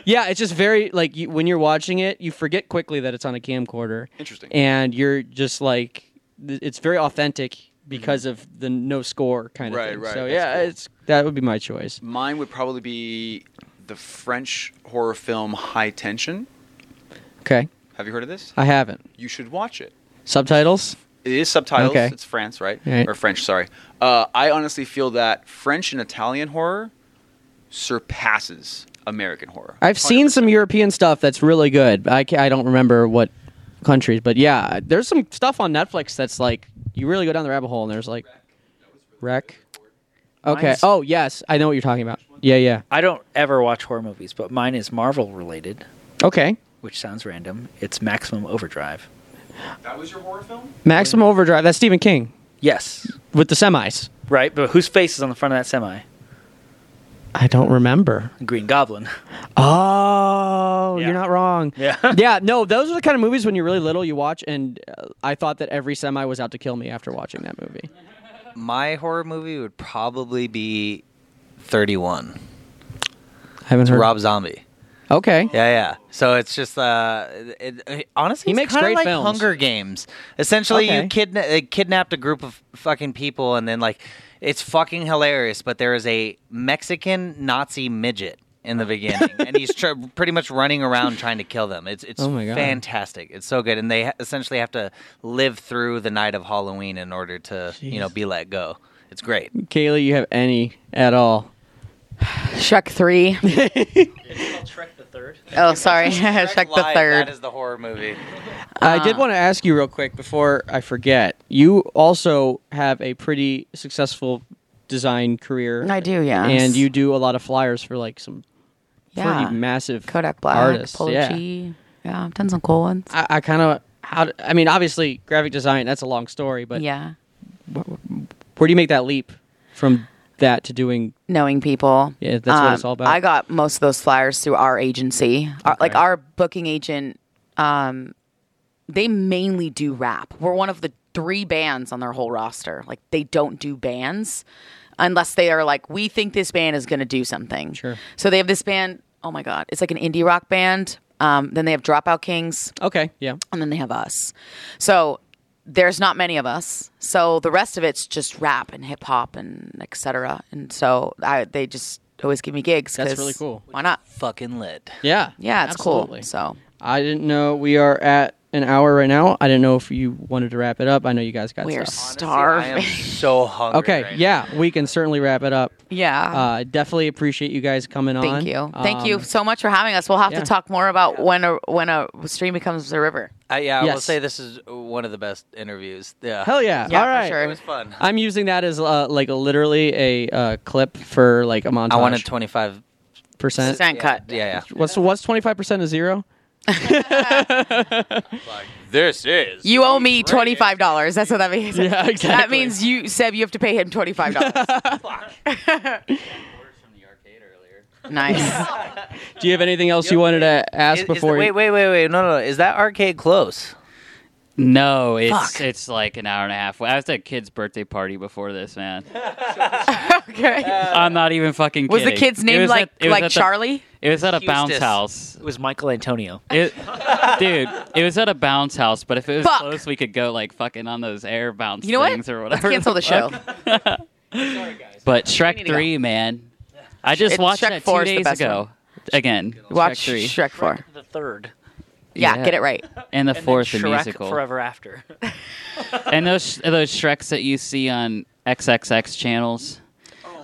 Speaker 2: yeah, it's just very like you, when you're watching it, you forget quickly that it's on a camcorder.
Speaker 6: Interesting.
Speaker 2: And you're just like, th- it's very authentic because of the no score kind of
Speaker 6: Mm-hmm. Right,
Speaker 2: thing.
Speaker 6: right,
Speaker 2: So
Speaker 6: that's
Speaker 2: yeah,
Speaker 6: cool.
Speaker 2: it's that would be my choice.
Speaker 6: Mine would probably be the French horror film High Tension.
Speaker 2: Okay,
Speaker 6: Have you heard of this?
Speaker 2: I haven't
Speaker 6: You should watch it.
Speaker 2: subtitles.
Speaker 6: It is subtitles.
Speaker 2: Okay.
Speaker 6: It's France, right?
Speaker 2: Right.
Speaker 6: Or French, sorry. Uh, I honestly feel that French and Italian horror surpasses American horror.
Speaker 2: I've seen some European stuff that's really good. I ca I don't remember what countries, but yeah, there's some stuff on Netflix that's like you really go down the rabbit hole and there's like wreck. Okay.
Speaker 7: Mine's-
Speaker 2: oh yes, I know what you're talking about. Yeah, yeah.
Speaker 7: I don't ever watch horror movies, but mine is Marvel related,
Speaker 2: Okay.
Speaker 7: which sounds random. It's Maximum Overdrive.
Speaker 6: That was your horror film?
Speaker 2: Maximum Overdrive. That's Stephen King
Speaker 7: Yes,
Speaker 2: with the semis.
Speaker 7: right. But whose face is on the front of that semi?
Speaker 2: I don't remember.
Speaker 7: Green Goblin.
Speaker 2: Oh,
Speaker 7: Yeah.
Speaker 2: you're not wrong.
Speaker 7: Yeah.
Speaker 2: yeah, no, those are the kind of movies when you're really little you watch, and uh, I thought that every semi was out to kill me after watching that movie.
Speaker 5: My horror movie would probably be 31.
Speaker 2: I haven't
Speaker 5: It's
Speaker 2: heard.
Speaker 5: Rob Zombie.
Speaker 2: okay.
Speaker 5: Yeah, yeah. So it's just uh, it, it- honestly,
Speaker 2: He
Speaker 5: it's
Speaker 2: makes
Speaker 5: kinda
Speaker 2: great
Speaker 5: like
Speaker 2: films.
Speaker 5: Hunger Games. Essentially,
Speaker 2: Okay.
Speaker 5: you kidna- uh, kidnapped a group of fucking people, and then like, it's fucking hilarious. But there is a Mexican Nazi midget in the beginning, and he's tr- pretty much running around trying to kill them. It's it's
Speaker 2: Oh my God.
Speaker 5: fantastic. It's so good, and they ha- essentially have to live through the night of Halloween in order to you know be let go. It's great.
Speaker 2: Kaylee, you have any at all?
Speaker 4: Shrek three.
Speaker 7: Trek the Third.
Speaker 4: Oh, sorry, Shrek the
Speaker 5: Live,
Speaker 4: third.
Speaker 5: That is the horror movie.
Speaker 2: I
Speaker 4: Uh.
Speaker 2: did want to ask you real quick before I forget. You also have a pretty successful design career.
Speaker 4: I do, yes.
Speaker 2: And you do a lot of flyers for like some
Speaker 4: yeah.
Speaker 2: pretty massive
Speaker 4: Kodak Black,
Speaker 2: artists. Yeah.
Speaker 4: Polucci. Yeah. I've done some cool ones.
Speaker 2: I, I kind of how d- I mean, obviously, graphic design that's a long story, but
Speaker 4: yeah,
Speaker 2: where do you make that leap from that to doing?
Speaker 4: knowing people. Um,
Speaker 2: Yeah, that's what it's all about.
Speaker 4: I got most of those flyers through our agency, Our- like our booking agent. Um, they mainly do rap. We're one of the three bands on their whole roster. Like they don't do bands unless they are like, we think this band is going to do something.
Speaker 2: Sure.
Speaker 4: So they have this band. Oh my god, it's like an indie rock band. Um, then they have Dropout Kings.
Speaker 2: Okay, yeah,
Speaker 4: and then they have us. So there's not many of us. So the rest of it's just rap and hip hop and et cetera. And so I, they just always give me gigs.
Speaker 2: That's
Speaker 4: 'cause
Speaker 2: really cool.
Speaker 4: Why not?
Speaker 5: Fucking lit.
Speaker 2: yeah,
Speaker 4: Yeah, it's
Speaker 2: absolutely.
Speaker 4: cool. So
Speaker 2: I didn't know we are at an hour right now. I didn't know if you wanted to wrap it up. I know you guys got
Speaker 4: we're
Speaker 2: stuff.
Speaker 5: I
Speaker 4: starving.
Speaker 5: am so hungry.
Speaker 2: Okay,
Speaker 5: right
Speaker 2: yeah, we can certainly wrap it up.
Speaker 4: yeah.
Speaker 2: Uh, definitely appreciate you guys coming on.
Speaker 4: Thank you. Thank you
Speaker 2: Um,
Speaker 4: so much for having us. We'll have
Speaker 2: yeah.
Speaker 4: to talk more about when a when a stream becomes a river.
Speaker 5: I, Uh, yeah, I will
Speaker 2: Yes.
Speaker 5: say this is uh, one of the best interviews. Yeah.
Speaker 2: Hell yeah! Oh
Speaker 4: Yeah,
Speaker 2: All
Speaker 4: for
Speaker 2: right.
Speaker 4: sure.
Speaker 5: It was fun.
Speaker 2: I'm using that as uh, like a, literally a uh, clip for like a montage.
Speaker 5: I wanted 25.
Speaker 2: percent.
Speaker 4: Percent cut.
Speaker 5: Yeah, yeah.
Speaker 2: What's what's twenty five percent of zero?
Speaker 5: This is.
Speaker 4: You owe me twenty five dollars. That's what that means.
Speaker 2: Yeah, exactly.
Speaker 4: That means you, Seb, you have to pay him twenty five dollars. nice.
Speaker 2: Do you have anything else you wanted to ask before?
Speaker 5: wait,
Speaker 2: you-
Speaker 5: wait, wait, wait. No, no, no. Is that arcade close?
Speaker 3: No, it's it's like an hour and a half. I was at a kid's birthday party before this, man.
Speaker 4: okay.
Speaker 3: I'm not even fucking
Speaker 4: Was
Speaker 3: kidding.
Speaker 4: the kid's
Speaker 3: It
Speaker 4: name
Speaker 3: was
Speaker 4: like
Speaker 3: at- it was
Speaker 4: like
Speaker 3: at the-
Speaker 4: Charlie?
Speaker 3: It was at a bounce
Speaker 5: Hustis.
Speaker 3: house.
Speaker 7: It was Michael Antonio.
Speaker 3: It, dude, it was at a bounce house, but if it was
Speaker 4: Fuck.
Speaker 3: close, we could go like fucking on those air bounce
Speaker 4: You know what?
Speaker 3: things or
Speaker 4: Let's
Speaker 3: whatever.
Speaker 4: cancel the show.
Speaker 3: fuck. But Shrek
Speaker 4: need to go.
Speaker 3: 3, man. I just
Speaker 4: It's
Speaker 3: watched
Speaker 4: Shrek
Speaker 3: that two
Speaker 4: 4 is the
Speaker 3: days
Speaker 4: best
Speaker 3: ago. Again.
Speaker 4: Watch
Speaker 3: Shrek 3.
Speaker 4: Shrek, 4.
Speaker 7: The third.
Speaker 4: Yeah,
Speaker 3: Yeah.
Speaker 4: get it right.
Speaker 3: and the
Speaker 7: And
Speaker 3: fourth,
Speaker 7: then
Speaker 3: the
Speaker 7: Shrek
Speaker 3: musical.
Speaker 7: Forever After.
Speaker 3: And those, those Shreks that you see on XXX channels.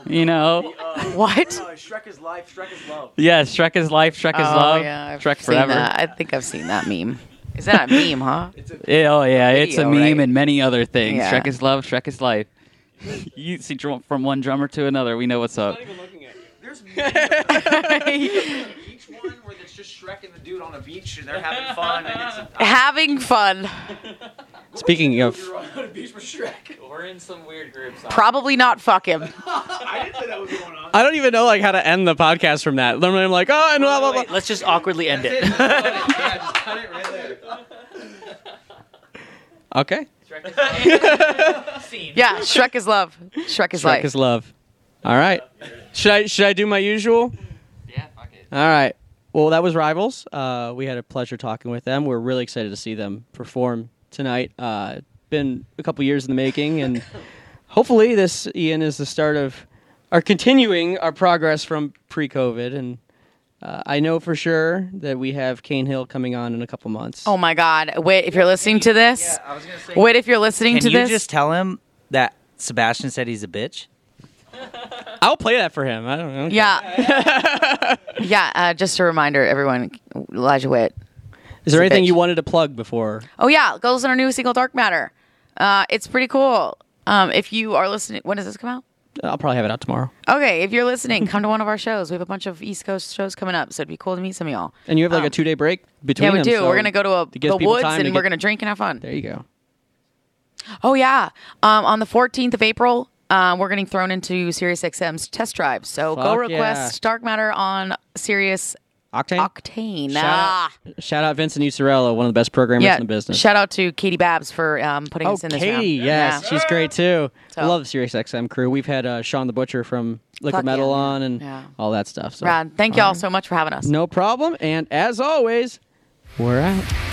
Speaker 3: You know,
Speaker 4: What? Oh,
Speaker 8: Shrek is life. Shrek is love.
Speaker 3: yeah, Shrek is life, Shrek is love, Shrek
Speaker 4: seen
Speaker 3: forever.
Speaker 4: that. I think I've seen that meme. Is that a meme, huh?
Speaker 3: Yeah, oh yeah, it's a
Speaker 4: video,
Speaker 3: meme
Speaker 4: right?
Speaker 3: and many other things.
Speaker 4: Yeah.
Speaker 3: Shrek is love, Shrek is life. you see, drum, from one drummer to another, we know what's up.
Speaker 8: There's each one where there's just Shrek and the dude on a beach and they're having fun and it's a,
Speaker 4: Having fun.
Speaker 2: Speaking of,
Speaker 8: you're on a beach with Shrek.
Speaker 5: We're in some weird groups.
Speaker 4: Probably not fuck him.
Speaker 8: I didn't say that was going on.
Speaker 2: I don't even know like how to end the podcast from that. Normally I'm like, oh, and blah blah blah.
Speaker 7: Let's just awkwardly end it.
Speaker 8: yeah, just cut it right there.
Speaker 2: Okay,
Speaker 4: Yeah, Shrek is love. Shrek is
Speaker 2: Shrek
Speaker 4: life.
Speaker 2: is love. All right. Should I should I do my usual?
Speaker 3: Yeah, fuck it.
Speaker 2: All right. Well, that was Rivals. Uh, we had a pleasure talking with them. We're really excited to see them perform tonight. Uh, been a couple years in the making, and hopefully, this Ian is the start of our continuing our progress from pre-COVID. And uh, I know for sure that we have Kane Hill coming on in a couple months.
Speaker 4: Oh my God! Wait, if you're listening to this,
Speaker 5: I was gonna say.
Speaker 4: wait, if you're listening
Speaker 5: Can
Speaker 4: to
Speaker 5: you
Speaker 4: this,
Speaker 5: just tell him that Sebastian said he's a bitch?
Speaker 2: I'll play that for him. I don't know.
Speaker 4: yeah, yeah. Uh, just a reminder, everyone, Elijah Witt.
Speaker 2: Is there
Speaker 4: a
Speaker 2: anything
Speaker 4: bitch.
Speaker 2: you wanted to plug before?
Speaker 4: Oh yeah, go listen to our new single, Dark Matter. Uh, it's pretty cool. Um, if you are listening, when does this come out?
Speaker 2: I'll probably have it out tomorrow.
Speaker 4: Okay, if you're listening, come to one of our shows. We have a bunch of East Coast shows coming up, so it'd be cool to meet some of y'all.
Speaker 2: And you have like a
Speaker 4: Um,
Speaker 2: two-day break between.
Speaker 4: Yeah, we
Speaker 2: them,
Speaker 4: do.
Speaker 2: so
Speaker 4: we're gonna go to a,
Speaker 2: it gives
Speaker 4: the
Speaker 2: people
Speaker 4: woods
Speaker 2: time
Speaker 4: and
Speaker 2: to
Speaker 4: we're
Speaker 2: get-
Speaker 4: gonna drink and have fun.
Speaker 2: There you go.
Speaker 4: Oh yeah, um, on the 14th of April, um, we're getting thrown into Sirius XM's test drive. So go
Speaker 2: Fuck
Speaker 4: request Dark Matter on Sirius
Speaker 2: Octane.
Speaker 4: Octane.
Speaker 2: Shout,
Speaker 4: ah.
Speaker 2: out, shout out Vincent Ucciarello, one of the best programmers
Speaker 4: Yeah,
Speaker 2: in the business.
Speaker 4: shout out to Katie Babs for um, putting
Speaker 2: oh,
Speaker 4: us in this round.
Speaker 2: Katie, yes,
Speaker 4: Yeah.
Speaker 2: she's great too. I
Speaker 4: So-
Speaker 2: love the Sirius XM crew. We've had uh, Sean the Butcher from Liquid
Speaker 4: Fuck
Speaker 2: Metal
Speaker 4: yeah,
Speaker 2: on and
Speaker 4: Yeah.
Speaker 2: all that stuff. So
Speaker 4: Rad. Thank y'all so much for having us.
Speaker 2: no problem. And as always, we're out.